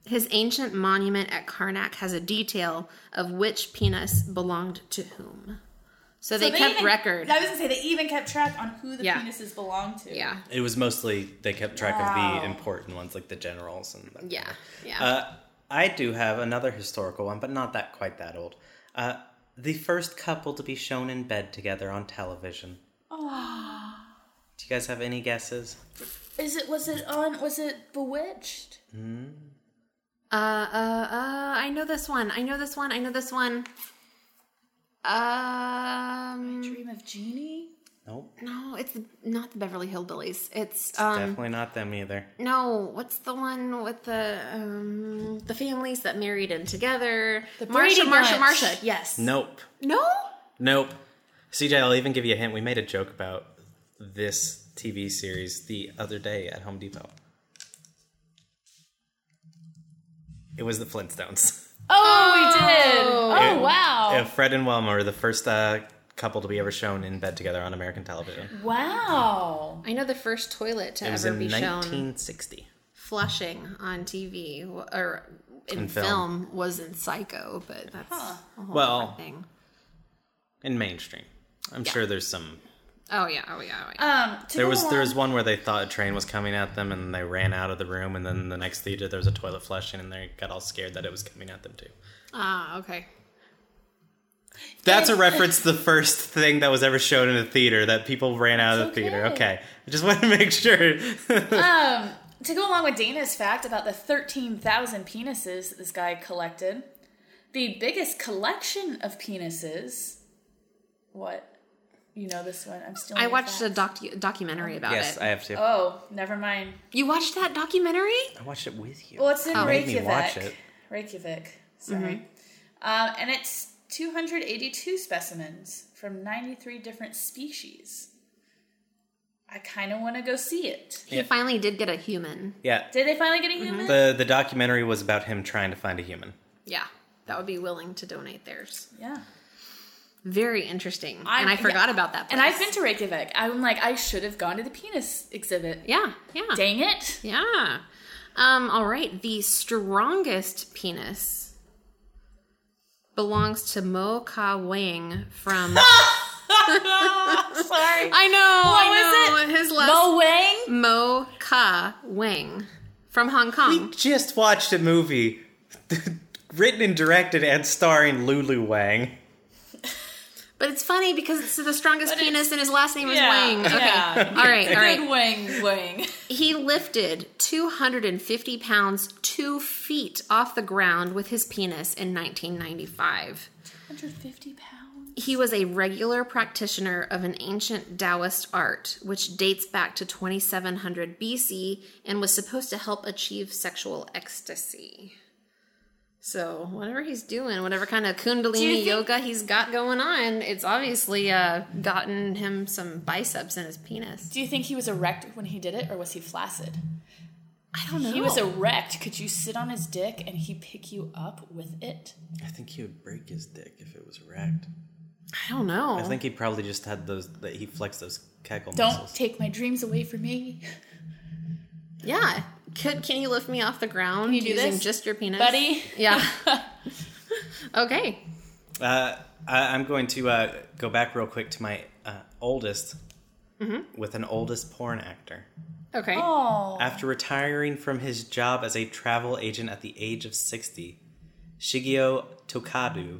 C: His ancient monument at Karnak has a detail of which penis belonged to whom. So, they,
D: So
C: kept
D: even-
C: record.
D: I was gonna say they even kept track on who the
C: Yeah.
D: penises belonged to.
C: yeah.
B: It was mostly they kept track of
D: Wow.
B: the important ones, like the generals and that
C: Yeah. Yeah.
B: Uh, I do have another historical one, but not that quite that old. Uh, the first couple to be shown in bed together on television. Do you guys have any guesses?
D: Is it? Was it on? Was it Bewitched?
C: Uh, uh, uh, I know this one. I know this one. I know this one. Um,
D: Dream of Genie.
B: Nope.
C: no, it's not the Beverly Hillbillies. It's um,
B: Definitely not them either.
C: no, what's the one with the um the families that married in together? The
D: Brady
C: Marsha,
D: Bunch.
C: Marsha. Yes.
B: Nope.
C: No.
B: Nope. CJ, I'll even give you a hint. We made a joke about this TV series the other day at Home Depot. It was the Flintstones.
D: Oh, we did. Oh wow.
B: Yeah, Fred and Wilma are the first uh, couple to be ever shown in bed together on American television.
D: Wow.
C: I know the first toilet to
B: It was
C: ever
B: in
C: be shown
B: 1960.
C: flushing on TV w- or in,
B: In film.
C: film. was in Psycho, but that's a
D: Oh,
C: whole
B: Well-
C: different thing.
B: In mainstream. I'm sure there's some.
C: Oh yeah, oh yeah, oh, yeah.
D: Um, to
B: There
D: go
B: was there
D: along-
B: was one where they thought a train was coming at them and they ran out of the room and then the next theater there was a toilet flushing and they got all scared that it was coming at them too.
C: ah okay.
B: That's a reference to the first thing that was ever shown in a theater that people ran out of the theater.
D: okay.
B: Okay. I just want to make sure.
D: Um, to go along with Dana's fact about the 13,000 penises that this guy collected, the biggest collection of penises. What? You know this one. I'm still.
C: I watched a docu- documentary about
B: yes,
C: it.
B: I have to.
D: Oh, never mind.
C: you watched that documentary?
B: I watched it with you.
D: Well, it's in
C: Oh.
B: Made me
D: Reykjavik.
B: watch it.
D: Reykjavik. Sorry. Um, and it's 282 specimens from 93 different species. I kind of want to go see it.
C: He finally did get a human.
B: yeah.
D: Did they finally get a human?
B: The the documentary was about him trying to find a human.
C: Yeah, that would be willing to donate theirs.
D: Yeah.
C: Very interesting.
D: I-
C: and I forgot
D: yeah.
C: about that. Place.
D: And I've been to Reykjavik. I'm like, I should have gone to the penis exhibit.
C: yeah, yeah,
D: Dang it.
C: yeah. Um, all right, the strongest penis belongs to Mo Ka Wang from.
D: Sorry.
C: I know.
D: What
C: I know. His last
D: Mo Wang?
C: Mo Ka Wang from Hong
B: We
C: Kong.
B: just watched a movie written and directed and starring Lulu Wang.
C: But it's funny because it's the strongest penis and his last name is
D: Yeah,
C: Wang. Okay.
D: yeah.
C: All right. All
D: Good
C: right.
D: Wang Wang.
C: He lifted 250 pounds, two feet off the ground with his penis in 1995.
D: 150 pounds.
C: He was a regular practitioner of an ancient Taoist art, which dates back to 2700 BC and was supposed to help achieve sexual ecstasy. So, whatever he's doing, whatever kind of Kundalini
D: think-
C: yoga he's got going on, it's obviously uh, gotten him some biceps in his penis.
D: Do you think he was erect when he did it, or was he flaccid?
C: I don't know.
D: He was erect. Could you sit on his dick and he pick you up with it?
B: I think he would break his dick if it was wrecked.
C: I don't know.
B: I think he probably just had those that he flexed those kegel
D: Don't
B: muscles.
D: take my dreams away from me.
C: yeah. Could, can you lift me off the ground
D: Can you do
C: using
D: this,
C: just your penis?
D: Buddy?
C: Yeah. okay.
B: Uh, I, I'm going to uh, go back real quick to my uh, oldest
D: Mm-hmm.
B: with an oldest porn actor.
C: Okay.
D: Oh.
B: After retiring from his job as a travel agent at the age of 60, Shigeo Tokadu,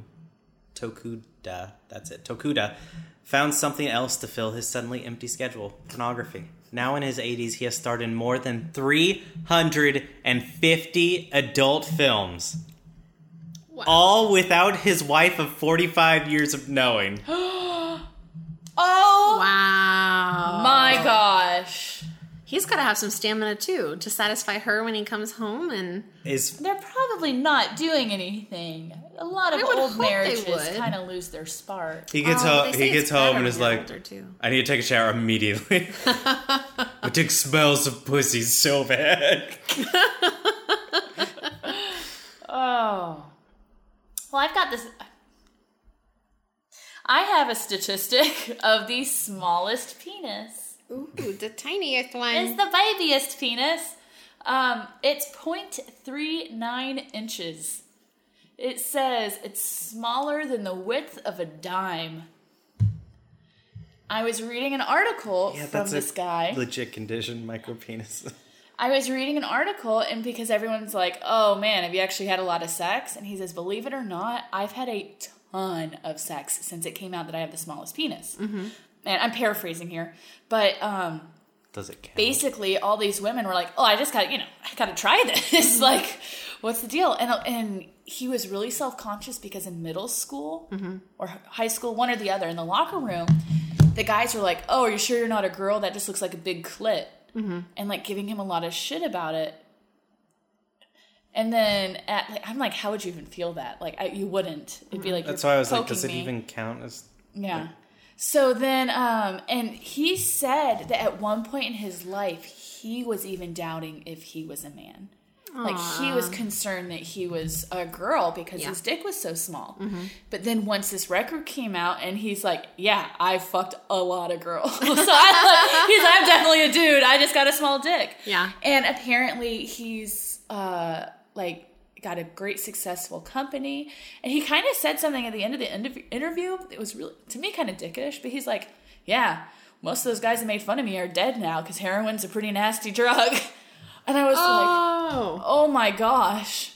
B: Tokuda, that's it, Tokuda, found something else to fill his suddenly empty schedule pornography. Now in his 80s, he has starred in more than 350 adult films. All without his wife of 45 years of knowing.
D: Oh
C: Wow.
D: my gosh.
C: He's got to have some stamina too to satisfy her when he comes home. And
B: Is
D: They're probably not doing anything. A lot of
C: I would
D: old
C: hope they
D: marriages
C: would.
D: kind of lose their spark.
B: he gets
C: Oh,
B: home
C: they say
B: he gets
C: it's
B: home
C: better
B: and
C: when
B: is
C: you're
B: like
C: older, too.
B: I need to take a shower immediately. My dick smells of pussy so bad.
D: Oh. Well, I've got this. I have a statistic of the smallest penis.
C: ooh, the tiniest one.
D: It's the babyest penis. Um, it's 0.39 inches. It says it's smaller than the width of a dime. I was reading an article from this guy.
B: legit condition, micropenis.
D: I was reading an article, and because everyone's like, oh man, have you actually had a lot of sex? And he says, believe it or not, I've had a ton of sex since it came out that I have the smallest penis. And I'm paraphrasing here, but um,
B: Does it count?
D: basically, all these women were like, oh, I just got, you know, I got to try this.
B: Mm-hmm.
D: like, what's the deal? And, and he was really self conscious because in middle school
B: Mm-hmm.
D: or h- high school, one or the other, in the locker room, the guys were like, oh, are you sure you're not a girl? That just looks like a big clit
B: Mm-hmm.
D: and like giving him a lot of shit about it. And then at, like, I'm like, how would you even feel that? Like, I, you wouldn't. It'd be like
B: Mm-hmm. That's
D: you're
B: why I was like,
D: poking
B: does it
D: me.
B: even count as?
D: Yeah. So then, um, and he said that at one point in his life, he was even doubting if he was a man. Like he was concerned that he was a girl because
C: Yeah. Mm-hmm.
D: his dick was so small. But then once this record came out, and he's like, "Yeah, I fucked a lot of girls." so I'm like, he's like, "I'm definitely a dude. I just got a small dick."
C: Yeah.
D: And apparently he's uh like got a great successful company, and he kind of said something at the end of the interv- interview that was really to me kind of dickish, but he's like, "Yeah." Most of those guys that made fun of me are dead now because heroin's a pretty nasty drug. And I was like,
C: Oh.
D: Oh my gosh.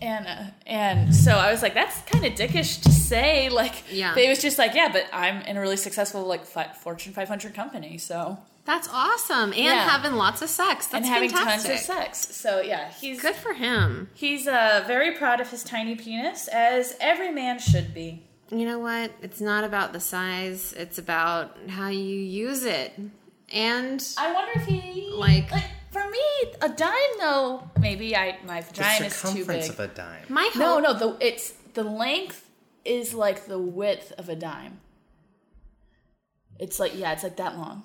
D: Anna. And so I was like, that's kind of dickish to say. Like,
C: Yeah.
D: but it was just like, yeah, but I'm in a really successful, like, fi- Fortune 500 company. So,
C: That's awesome. And
D: Yeah.
C: having lots of sex. That's
D: and having
C: fantastic.
D: tons of sex. So, yeah, he's,
C: Good for him.
D: he's uh, very proud of his tiny penis, as every man should be.
C: You know what? It's not about the size, it's about how you use it. And
D: I wonder if he,
C: Like-
D: for me, a dime, though, maybe I, my
B: The
D: vagina is too
B: circumference
D: big.
B: of a dime.
C: my
D: No,
C: hope-
D: no, the it's the length is like the width of a dime. It's like yeah, it's like that long.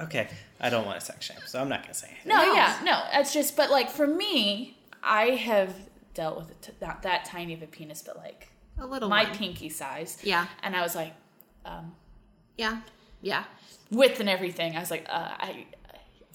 B: Okay, I don't want to sex shame, so I'm not gonna say anything.
D: No, yeah, no, it's just but like for me, I have dealt with it t- not that tiny of a penis, but like
C: a little
D: my
C: one.
D: pinky size.
C: Yeah.
D: and I was like
C: Yeah. Yeah.
D: width and everything. I was like, uh, I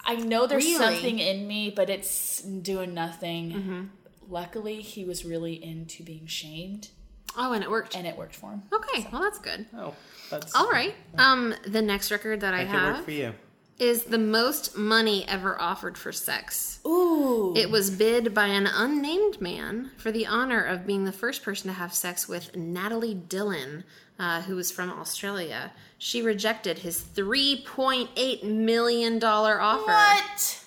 D: I know there's
C: Really?
D: something in me, but it's doing nothing. Luckily, he was really into being shamed,
C: Oh, and it worked.
D: and it worked for him.
C: Okay, well that's good.
B: No, that's
C: All right. Um, the next record that I
B: make it work
C: have
B: for you.
C: is the most money ever offered for sex.
D: Ooh,
C: It was bid by an unnamed man for the honor of being the first person to have sex with Natalie Dillon, uh, who was from Australia. She rejected his $3.8 million offer.
D: What?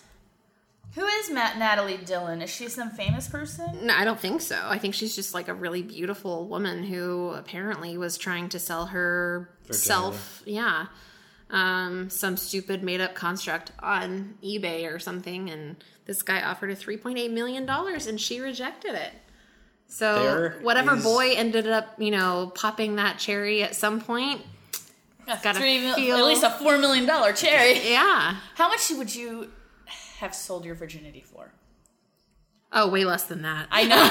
D: Who is Matt Natalie Dillon? Is she some famous person?
C: No, I don't think so. I think she's just like a really beautiful woman who apparently was trying to sell her self, yeah, um, some stupid made up construct on eBay or something. And this guy offered her three point eight million dollars, and she rejected it. So
B: There
C: whatever
B: is-
C: boy ended up, you know, popping that cherry at some point. gotta
D: Three mil-
C: feel-
D: at least a four million dollar cherry.
C: Yeah.
D: How much would you have sold your virginity for?
C: Oh, way less than that.
D: I know.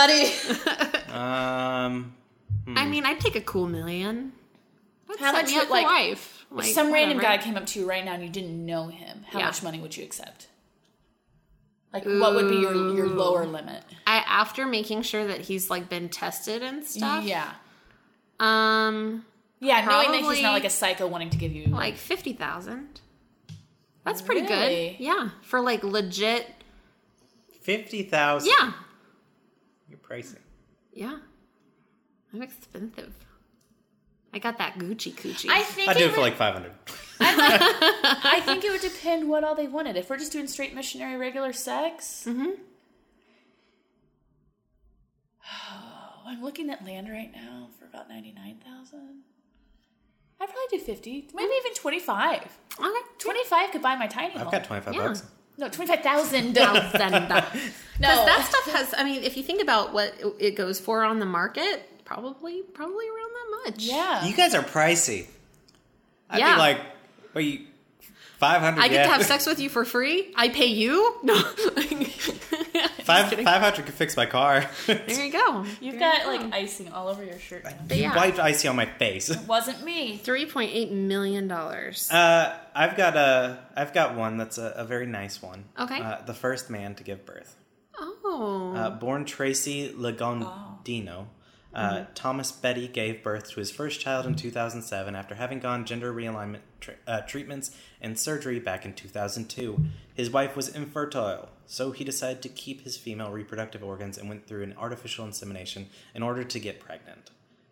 D: Give me a hundred bucks, buddy.
B: Um,
C: I mean, I'd take a cool million. I'd
D: How
C: set
D: much
C: me
D: would,
C: up for
D: like,
C: life? Like,
D: Some random
C: whatever.
D: guy came up to you right now and you didn't know him. How
C: Yeah.
D: much money would you accept? Like, what would be your your lower limit?
C: I after making sure that he's like been tested and stuff.
D: Yeah,
C: Um,
D: yeah. knowing that he's
C: Probably-
D: not like a psycho wanting to give you
C: like fifty thousand. That's pretty
D: Really?
C: good. Yeah, for like legit.
B: fifty thousand.
C: Yeah,
B: you're pricing.
C: yeah. I'm expensive. I got that Gucci coochie.
D: I think
B: I do
D: it
B: it for
D: would-
B: like five hundred.
D: I think it would depend what all they wanted. If we're just doing straight missionary regular sex. Mm-hmm. Oh, I'm looking at land right now for about 99,000. I'd probably do 50, maybe even 25.
C: okay.
D: 25 could buy my tiny
B: I've
D: home.
B: got twenty five
C: Yeah.
B: bucks.
D: no, 25,000. no.
C: Thousand. that stuff has. I mean, if you think about what it goes for on the market, probably probably around that much.
D: Yeah.
B: You guys are pricey. I'd
C: Yeah.
B: be like, are you five hundred?
C: I get to have sex with you for free. I pay you. No.
B: Five five hundred could fix my car.
C: There you go.
D: You've got like icing all over your shirt. now.
B: you
C: yeah. Oh.
B: wiped icy on my face.
D: Wasn't me.
C: Three point eight million dollars.
B: Uh, I've got a I've got one that's a, a very nice one.
C: Okay.
B: Uh, the first man to give birth.
C: oh,
B: Uh,
D: Uh-huh.
B: born Tracy Legondino, uh,
D: Mm-hmm.
B: Thomas Betty gave birth to his first child in 2007 after having gone gender realignment tr uh, treatments and surgery back in 2002. His wife was infertile, so he decided to keep his female reproductive organs and went through an artificial insemination in order to get pregnant.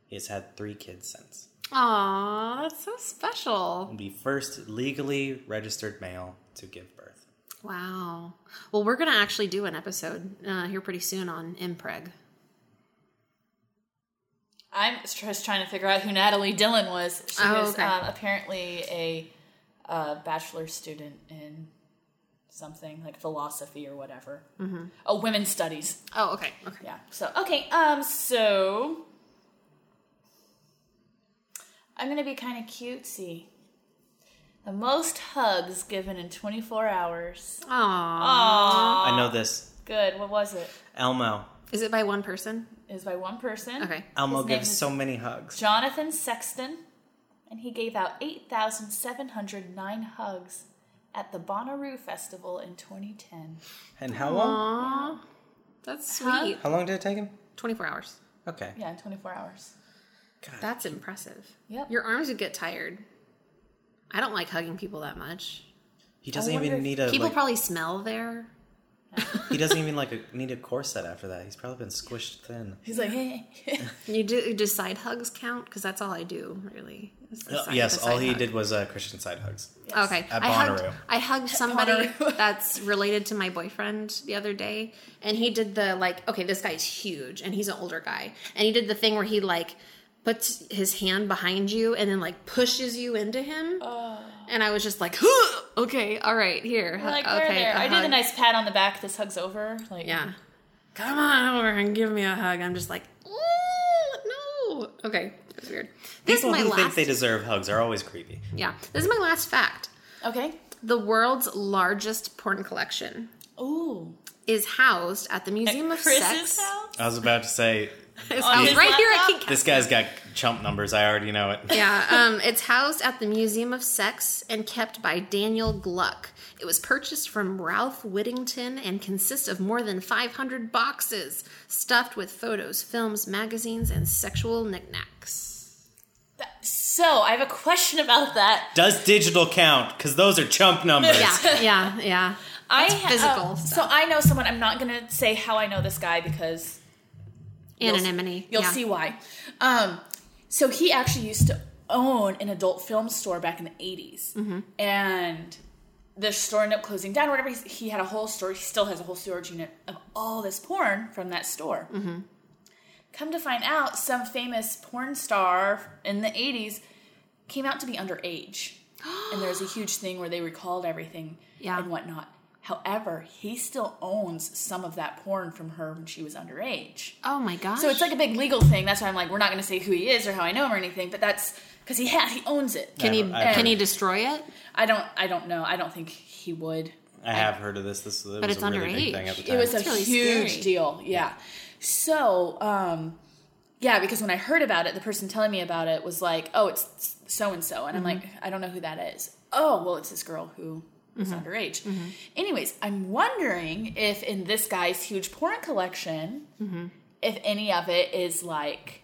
B: He has had three kids since.
C: aw, that's so special.
B: He'll be first legally registered male to give birth.
C: Wow. Well, we're gonna actually do an episode uh, here pretty soon on impreg.
D: I'm just trying to figure out who Natalie Dillon was. She
C: Oh,
D: was
C: okay.
D: um, apparently a uh, bachelor student in something like philosophy or whatever. Mm-hmm. Oh, women's studies.
C: Oh, okay, okay.
D: Yeah. So okay. Um. So I'm gonna be kind of cutesy. The most hugs given in 24 hours.
C: Aww.
B: I know this.
D: Good. What was it?
B: Elmo.
C: Is it by one person?
D: It was by one person.
C: Okay.
B: Elmo
D: His name
B: gives
D: is-
B: so many hugs.
D: Jonathan Sexton, and he gave out 8,709 hugs at the Bonnaroo Festival in 2010.
B: And how long?
C: Aww. That's sweet.
B: How long did it take him?
C: 24 hours.
B: Okay.
D: Yeah, in 24 hours.
C: That's impressive.
D: Yep.
C: Your arms would get tired. I don't like hugging people that much.
B: He doesn't
D: I wonder
B: even
D: if-
B: need a.
C: People
B: like-
C: probably smell there.
B: he doesn't even like a, need a corset after that. He's probably been squished thin.
D: He's like,
C: You do do side hugs count because that's all I do really. is the
B: Uh,
C: side-
B: yes,
C: the
B: all
C: side
B: he
C: hug.
B: did was uh, Christian side hugs.
C: Okay,
B: At
C: I hugged,
B: Bonnaroo.
C: I hugged somebody
D: Bonnaroo.
C: that's related to my boyfriend the other day, and he did the like. Okay, this guy's huge, and he's an older guy, and he did the thing where he like puts his hand behind you and then like pushes you into him,
D: Oh.
C: and I was just like, okay, all right, here, hu-
D: like, we're
C: Uh, okay,
D: there.
C: a
D: I did a
C: hug."
D: nice pat on the back. This hug's over. Like,
C: Yeah. Come on over and give me a hug. I'm just like, ooh, no. Okay, that's weird. This
B: People
C: is my
B: who
C: last.
B: think they deserve hugs are always creepy.
C: yeah, this is my last fact.
D: Okay.
C: The world's largest porn collection
D: Ooh.
C: is housed at the Museum of
D: Chris's
C: Sex.
D: house?
B: I was about to say
C: It's housed
D: his
C: right here at
D: laptop?
C: King.
B: this guy's got chump numbers. I already know it.
C: Yeah, um, it's housed at the Museum of Sex and kept by Daniel Gluck. It was purchased from Ralph Whittington and consists of more than 500 boxes stuffed with photos, films, magazines, and sexual knickknacks.
D: So, I have a question about that.
B: Does digital count? Because those are chump numbers.
C: Yeah, yeah, yeah.
D: I
C: physical
D: um, So,
C: stuff.
D: I know someone. I'm not going to say how I know this guy because
C: Anonymity.
D: You'll
C: E, yeah.
D: see why. Um, so he actually used to own an adult film store back in the 80s.
C: Mm-hmm.
D: And the store ended up closing down, or whatever. He's, he had a whole store. He still has a whole storage unit of all this porn from that store.
C: Mm-hmm.
D: Come to find out, some famous porn star in the 80s came out to be underage. and there's a huge thing where they recalled everything
C: Yeah.
D: and whatnot. However, he still owns some of that porn from her when she was underage.
C: Oh my gosh.
D: So it's like a big legal thing. That's why I'm like, we're not going to say who he is or how I know him or anything. But that's because he ha he owns it.
C: can he
B: I've- I've
C: can he
B: heard-
C: destroy it?
D: I don't. I don't know. I don't think he would.
B: I have heard of this. This, this was
C: it's
B: a really
C: underage.
B: big thing at the
D: It
B: time.
D: was a
C: really
D: huge
C: scary.
D: deal. Yeah. So, um, yeah, because when I heard about it, the person telling me about it was like, "Oh, it's so and so," and I'm
C: Mm-hmm.
D: like, "I don't know who that is." Oh, well, it's this girl who was
C: Mm-hmm.
D: underage. Anyways, I'm wondering if in this guy's huge porn collection, if any of it is like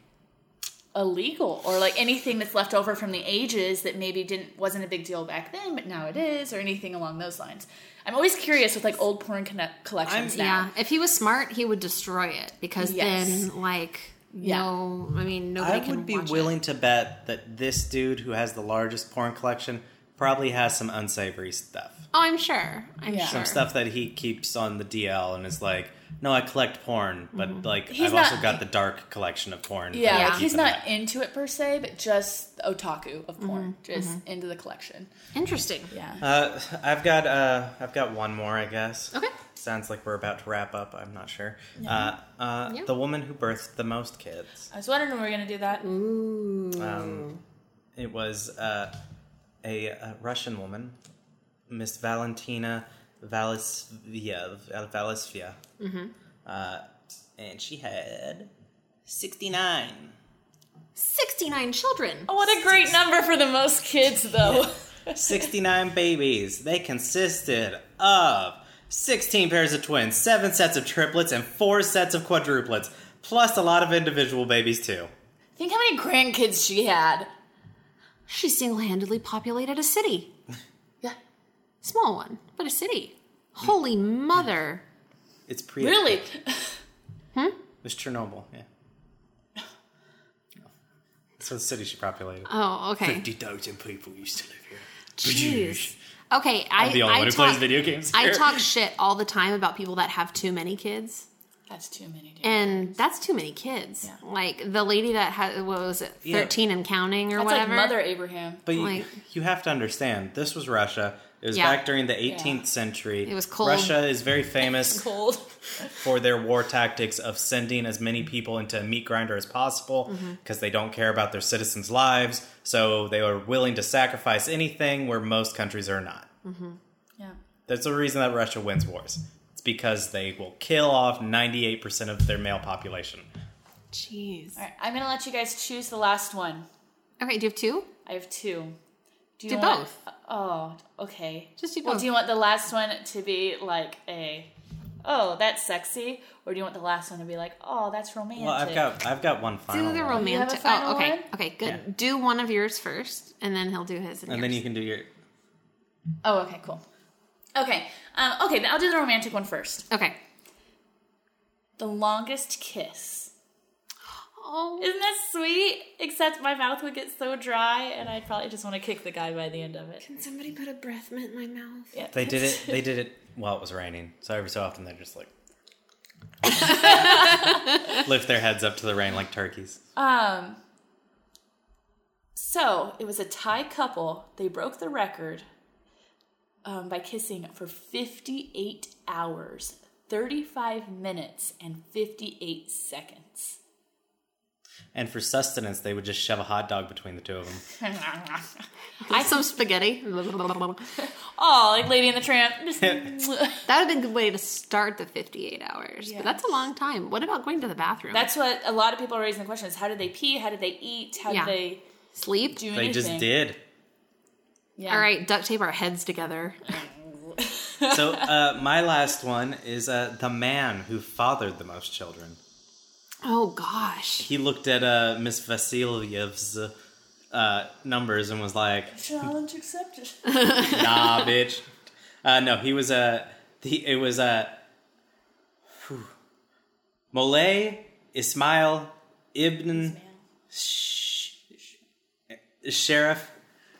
D: illegal or like anything that's left over from the ages that maybe didn't wasn't a big deal back then but now it is or anything along those lines i'm always curious with like old porn connect collections now
C: Yeah. If he was smart, he would destroy it because
D: Yes.
C: then like
D: Yeah.
C: no, I mean nobody
B: I
C: can
B: would be
C: watch
B: willing
C: It.
B: to bet that this dude who has the largest porn collection probably has some unsavory stuff.
C: Oh, I'm sure. I'm
D: Yeah.
C: sure.
D: Some
B: Stuff that he keeps on the DL and is like, no, I collect porn, but like
D: He's
B: I've also
D: not-
B: got the dark collection of porn. that
D: Yeah,
B: I
D: like
B: keep
D: he's
B: in
D: not
B: my-"
D: into it per se, but just otaku of porn, just into the collection.
C: Interesting.
D: Yeah.
B: Uh, I've got uh, I've got one more, I guess.
C: Okay.
B: Sounds like we're about to wrap up. I'm not sure. Uh, uh,
C: Yeah.
B: The woman who birthed the most kids.
D: Uh, I was wondering when we were gonna do that.
C: Ooh.
B: It was uh, a, a Russian woman, Miss Valentina Valisvia, Valisvia,
D: Mm-hmm.
B: uh, and she had sixty-nine.
C: Sixty-nine children.
D: Oh, what a great number for the most kids, though.
B: 69 babies. They consisted of 16 pairs of twins, 7 sets of triplets, and 4 sets of quadruplets, plus a lot of individual babies, too.
D: Think how many grandkids she had.
C: She single-handedly populated a city.
D: Yeah.
C: Small one, but a city. Holy mother.
B: It's pre.
D: Really?
B: It was Chernobyl, yeah. So the city she populated.
C: Oh, okay.
B: 50,000 people used to live here.
C: Jeez. Okay, I
B: the only
C: I
B: one who
C: talk,
B: plays video games.
C: I
B: here.
C: talk shit all the time about people that have too many kids.
D: That's too many. Dude.
C: and that's too many kids.
D: Yeah.
C: Like the lady that had what was it,
B: Yeah.
C: thirteen and counting or
D: That's
C: whatever.
D: like Mother Abraham.
B: But you,
C: like-
B: you have to understand, this was Russia. It was
C: Yeah.
B: back during the 18th century.
C: It was cold.
B: Russia is very famous
D: Cold.
B: for their war tactics of sending as many people into a meat grinder as possible because they don't care about their citizens' lives. So they are willing to sacrifice anything where most countries are not.
D: Yeah.
B: That's the reason that Russia wins wars. It's because they will kill off 98% of their male population.
C: Jeez.
D: All right, I'm gonna let you guys choose the last one.
C: Okay, do you have two?
D: I have two. Do you
C: Do
D: want-
C: both.
D: Oh, okay.
C: Just do
D: Well,
C: both.
D: do you want the last one to be like a, oh, that's sexy, or do you want the last one to be like, oh, that's romantic?
B: Well, I've got I've got one final.
C: Do the
B: one.
D: You have a
C: romantic.
D: final
C: oh, okay.
D: one?
C: Okay, good.
B: Yeah.
C: Do one of yours first, and then he'll do his. And,
B: And then you can do your
D: Oh, okay, cool. Okay, um, okay. then I'll do the romantic one first.
C: can. Okay.
D: The longest kiss.
C: Oh,
D: Isn't that sweet? Except my mouth would get so dry, and I'd probably just want to kick the guy by the end of it.
C: somebody put a breath mint in my mouth.
D: Yeah.
B: They did it they did it while it was raining. So every so often they're just like lift their heads up to the rain like turkeys.
D: Um. So it was a Thai couple. They broke the record um, by kissing for 58 hours, 35 minutes, and 58 seconds.
B: And for sustenance they would just shove a hot dog between the two of them.
C: I some spaghetti. that
D: Oh, like Lady and the Tramp. Just-
C: would be a good way to start the 58 hours. But that's a long time. What about going to the bathroom?
D: That's what a lot of people are raising the question: is how did they pee? How did they eat? How
C: Yeah.
D: did they
C: Sleep.
D: do anything?
B: They just did.
D: Yeah.
C: All right, duct tape our heads together.
B: So uh, my last one is uh, the man who fathered the most children.
C: Oh gosh.
B: He looked at uh, Miss Vasilyev's uh, numbers and was like,
D: Challenge accepted.
B: nah, bitch. Uh, no, he was a. Uh, he it was a. Uh, whew. Malay Ismail Ibn Sh- Sheriff,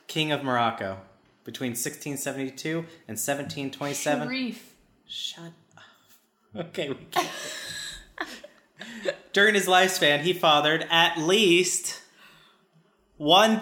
B: King of Morocco, between 1672 and 1727.
D: Grief.
B: Shut up. Okay, we can't. During his lifespan, he fathered at least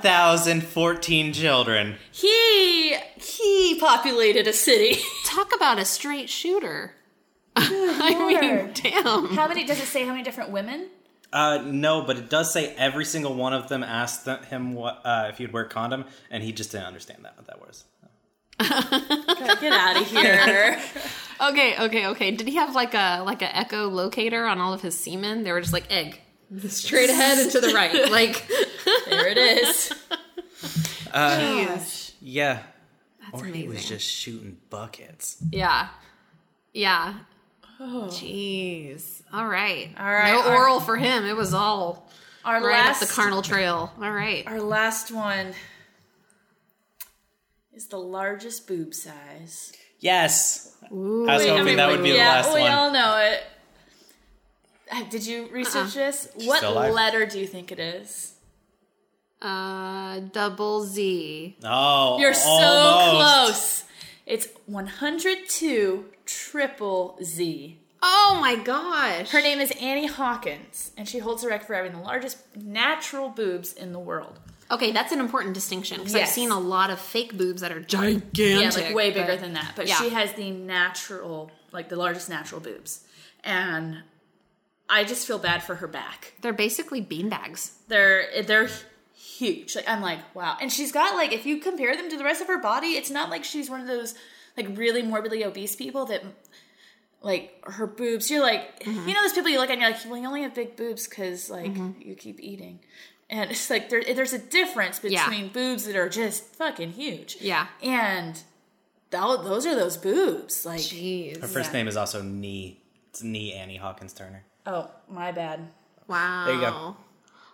B: 1,014 children.
D: He he populated a city.
C: Talk about a straight shooter. I mean,
D: Lord.
C: damn.
D: How many does it say? How many different women?
B: Uh, no, but it does say every single one of them asked th- him what uh, if he'd wear a condom, and he just didn't understand that what that was.
D: Get out of here.
C: Okay, okay, okay. Did he have like a like a echo locator on all of his semen? They were just like egg. Straight ahead and to the right. Like
D: there it is.
B: Yeah,
C: That's
B: or he was
C: amazing.
B: just shooting buckets.
C: Yeah. Yeah. Jeez. All right. All
F: right,
C: No
F: all right.
C: oral for him. It was all
F: Our
C: right
F: last,
C: up the carnal trail. All right.
F: our last one.
D: Is the largest boob size.
B: Yes, I was hoping that would be the
D: yeah,
B: last
D: we
B: one.
D: all know it. Uh, Did you research this? What
B: still alive.
D: letter do you think it is?
C: Uh, double Z.
B: oh,
D: You're
B: almost.
D: so close. It's 102 triple Z.
C: Oh my gosh.
D: Her name is Annie Hawkins, and she holds the record for having the largest natural boobs in the world.
C: Okay, that's an important distinction because I've
D: Yes.
C: seen a lot of fake boobs that are gigantic.
D: Yeah, like way bigger
C: but-
D: than that. But
C: yeah.
D: she has the natural, like the largest natural boobs. And I just feel bad for her back.
C: They're basically beanbags.
D: They're they're huge. Like I'm like, wow. And she's got like if you compare them to the rest of her body, it's not like she's one of those like really morbidly obese people that like her boobs. You're like,
C: Mm-hmm.
D: you know those people you look at and you're like, well, you only have big boobs cuz like you keep eating. And it's like there, there's a difference
C: Yeah.
D: between boobs that are just fucking huge.
C: Yeah.
D: And tho- those are those boobs. Like,
B: Her
C: Jeez.
B: first name is also Nee. It's Nee Annie Hawkins Turner.
D: oh, my bad.
C: Wow.
B: you go.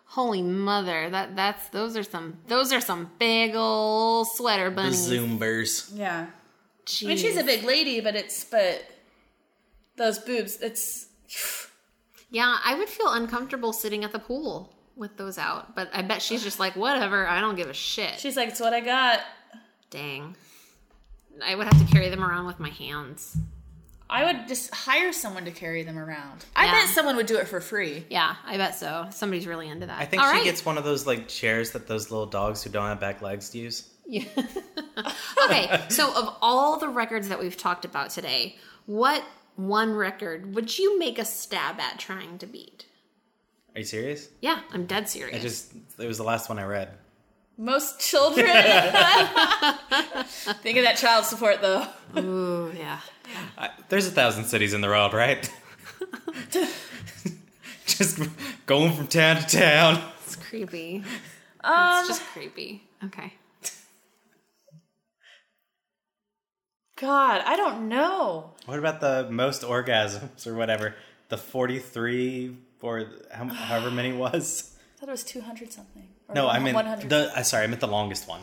C: Holy mother. That that's those are some those are some big old sweater
B: The
C: bunnies.
B: Zoombers.
D: Yeah.
C: Jeez.
D: I mean, she's a big lady, but it's, but those boobs, it's,
C: Yeah, I would feel uncomfortable sitting at the pool with those out, but I bet she's just like, whatever, I don't give a shit.
D: she's like, it's what I got.
C: Dang. I would have to carry them around with my hands.
D: I would just hire someone to carry them around. I
C: Yeah.
D: bet someone would do it for free.
C: Yeah, I bet so. Somebody's really into that.
B: I think
C: All
B: she
C: right.
B: gets one of those like chairs that those little dogs who don't have back legs use.
C: Yeah. okay, so of all the records that we've talked about today, what one record would you make a stab at trying to beat?
B: Are you serious?
C: Yeah, I'm dead serious.
B: I just it was the last one I read.
D: Most children. Think of that child support though.
C: Ooh, Oh, yeah.
B: I, there's a thousand cities in the world, right? just going from town to town.
C: It's creepy. it's just creepy. Um, Okay.
D: God, I don't know.
B: What about the most orgasms or whatever? The 43 or how, however many was?
D: I thought it was 200 something. Or
B: No, I
D: one-
B: mean
D: 100.
B: the. I sorry, I meant the longest one.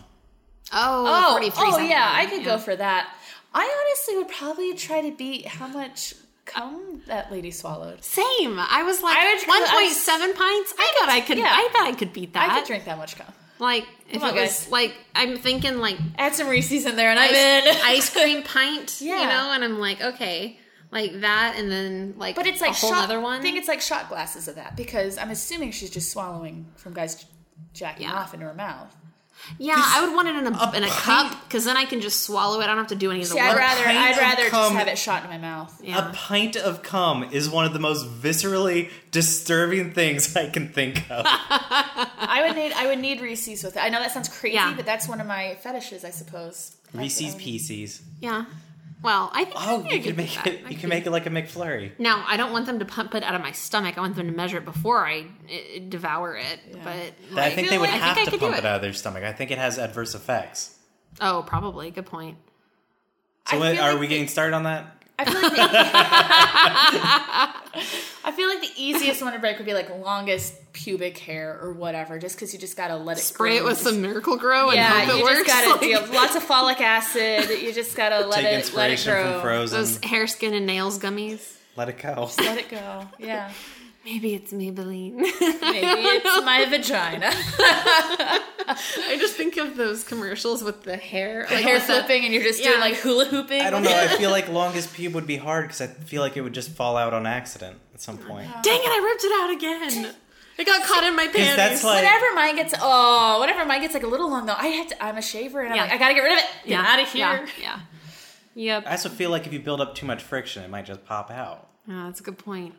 C: Oh,
D: oh,
C: 43
D: oh
C: something.
D: yeah, I could go for that. I honestly would probably try to beat how much cum that lady swallowed.
C: Same. I was like
D: I would-
C: one point seven pints. I, thought I could.
D: yeah.
C: I thought I could beat that.
D: I could drink that much cum.
C: Like if
D: on,
C: it was
D: guys.
C: like I'm thinking like
D: Add some Reese's in there, and I'm in.
C: ice, ice cream pint. You
D: Yeah.
C: know, and I'm like okay, like that, and then like
D: But it's like
C: a whole
D: shot,
C: other one.
D: I think it's like shot glasses of that because I'm assuming she's just swallowing from guys jacking
C: Yeah.
D: off into her mouth.
C: yeah, I would want it in a, in a cup because then I can just swallow it. I don't have to do any of the
D: See, I'd
C: work.
D: rather
B: pint
D: I'd
B: of
D: rather just
B: cum-
D: have it shot in my mouth.
C: Yeah.
B: A pint of cum is one of the most viscerally disturbing things I can think of.
D: I would need I would need Reese's with it. I know that sounds crazy,
C: Yeah.
D: but that's one of my fetishes, I suppose.
B: Reese's Pieces.
C: yeah. Well, I think I
B: Oh,
C: think I
B: you can
C: do
B: make
C: that.
B: it.
C: I
B: You
C: could-
B: can make it like a McFlurry.
C: Now I don't want them to pump it out of my stomach. I want them to measure it before I uh, devour it. But
B: I
C: like,
B: think they would
C: I think
B: have
C: I
B: to
C: could do
B: pump it.
C: it.
B: out of their stomach. I think it has adverse effects.
C: oh, probably good point.
B: So what,
D: feel
B: are
D: like
B: we getting started on that?
D: I feel like the, I feel like the easiest one to break would be like longest pubic hair or whatever, just because you just gotta let it
C: Spray it
D: grow.
C: with some Miracle Grow and
D: Yeah,
C: hope it
D: you just
C: works.
D: gotta
C: Like,
D: deal lots of folic acid. You just gotta let
B: Take
D: it let it
B: inspiration
D: grow.
B: from Frozen.
C: those hair, skin, and nails gummies.
B: Let it go.
D: Let it go. Yeah.
C: Maybe it's Maybelline.
D: Maybe it's my vagina.
C: I just think of those commercials with the hair, like
D: Hair
C: with the-
D: flipping and you're just
C: Yeah.
D: doing like hula hooping.
B: I don't know. I feel like longest pube would be hard because I feel like it would just fall out on accident at some point.
C: Dang it! I ripped it out again. It got caught in my panties.
B: Because that's like
D: Whenever mine gets oh, whenever mine gets like a little long though, I have to. I'm a shaver and
C: Yeah.
D: I'm like, I gotta get rid of it. Get
C: yeah,
D: out of here.
C: Yeah, yeah. Yep.
B: I also feel like if you build up too much friction, it might just pop out.
C: Yeah, Ah, that's a good point.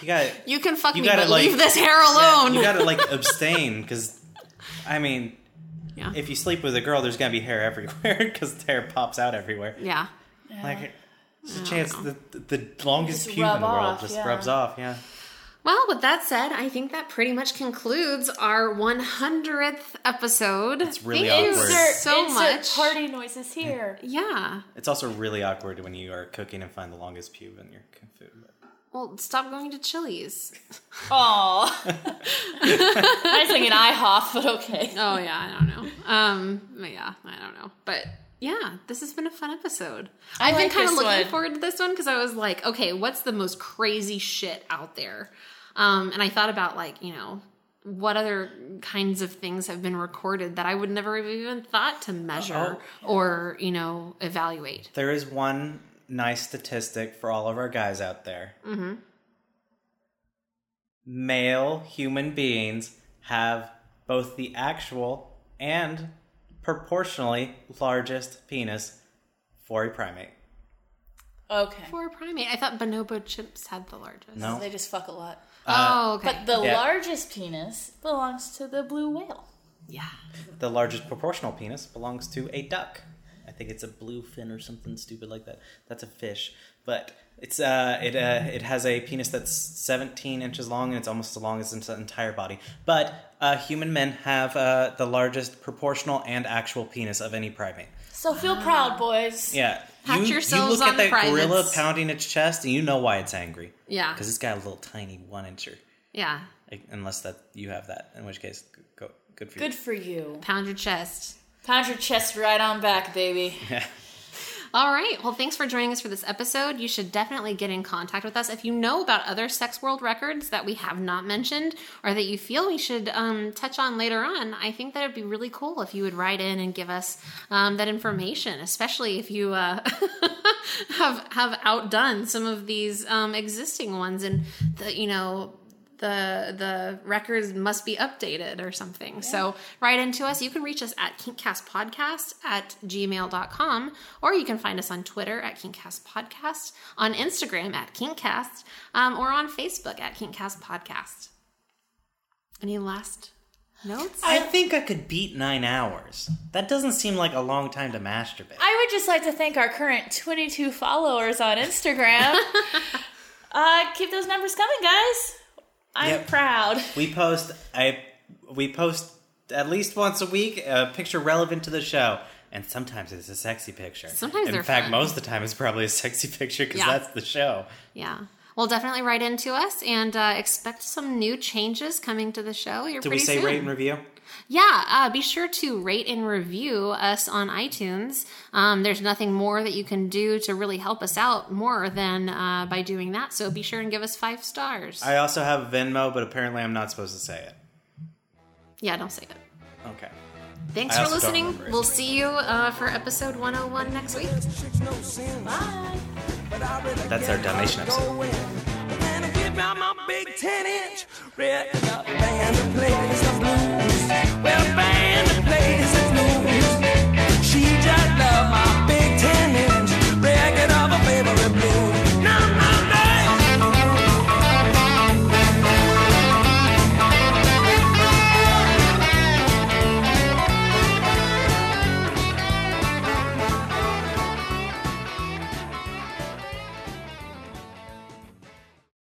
B: You got.
C: You can fuck
B: You
C: me,
B: gotta,
C: but
B: like-
C: leave this hair alone.
B: You got to like abstain because, I mean,
C: Yeah.
B: if you sleep with a girl, there's gonna be hair everywhere because hair pops out everywhere.
C: yeah.
B: Like, there's a chance that the, the longest
D: Just
B: pube in
D: rub
B: the world
D: off,
B: just
D: yeah.
B: rubs off. Yeah.
C: Well, with that said, I think that pretty much concludes our 100th episode. It's
B: really
C: Thank
B: awkward.
C: You so
D: Insert
C: much.
D: party noises here.
C: Yeah.
B: It's also really awkward when you are cooking and find the longest pube in your c- food.
C: Well, stop going to Chili's.
D: Oh, I was thinking IHOP, but okay.
C: Oh yeah, I don't know. Um, yeah, I don't know. But yeah, this has been a fun episode. I've been
D: like
C: kind of
D: this
C: looking
D: one.
C: forward to this one because I was like, okay, what's the most crazy shit out there? Um, and I thought about like, you know, what other kinds of things have been recorded that I would never have even thought to measure or you know evaluate.
B: There is one nice statistic for all of our guys out there. Mm-hmm. Male human beings have both the actual and proportionally largest penis for a primate.
D: Okay.
C: For a primate, I thought bonobo chimps had the largest.
B: No.
D: They just fuck a lot.
C: Oh, okay.
D: But the
B: Yeah.
D: largest penis belongs to the blue whale.
C: yeah.
B: The largest proportional penis belongs to a duck. I think it's a bluefin or something stupid like that. That's a fish, but it's uh, it uh, it has a penis that's 17 inches long and it's almost as long as its entire body. But uh, human men have uh, the largest proportional and actual penis of any primate.
D: So feel proud, boys.
B: Yeah,
C: Pat yourselves on the
B: that gorilla
C: primates.
B: pounding its chest, and you know why it's angry.
C: Yeah.
B: because it's got a little tiny one incher.
C: Yeah.
B: Like, Unless that you have that, in which case, g- go good for you.
D: Good for you.
C: Pound your chest.
D: Pound your chest right on back, baby.
C: All right. Well, thanks for joining us for this episode. You should definitely get in contact with us if you know about other sex world records that we have not mentioned or that you feel we should um, touch on later on. I think that would be really cool if you would write in and give us um, that information, especially if you uh, have have outdone some of these um, existing ones and the you know the the records must be updated or something. So write into us. You can reach us at kinkcastpodcast at gmail.com or you can find us on Twitter at kinkcastpodcast, on Instagram at kinkcast, um, or on Facebook at kinkcastpodcast. Any last notes?
B: I think I could beat nine hours. That doesn't seem like a long time to masturbate.
G: I would just like to thank our current 22 followers on Instagram. uh, keep those numbers coming, guys. I'm
B: Yep.
G: proud.
B: We post I we post at least once a week a picture relevant to the show. And sometimes it's a sexy picture.
C: Sometimes
B: In
C: they're
B: fact,
C: fun.
B: most of the time it's probably a sexy picture because
C: Yeah.
B: that's the show.
C: yeah. Well, definitely write into us and uh, expect some new changes coming to the show. You're
B: Did
C: pretty
B: we say
C: soon.
B: rate and review?
C: Yeah, uh, be sure to rate and review us on iTunes. Um, there's nothing more that you can do to really help us out more than uh, by doing that. So be sure and give us five stars.
B: I also have Venmo, but apparently I'm not supposed to say it.
C: yeah, don't say it.
B: Okay.
C: Thanks
B: I
C: for
B: also don't
C: listening.
B: remember it.
C: We'll see you uh, for episode 101 next week.
B: That's our donation episode.
H: Man, I get my, my big 10 inch red band to play. It's the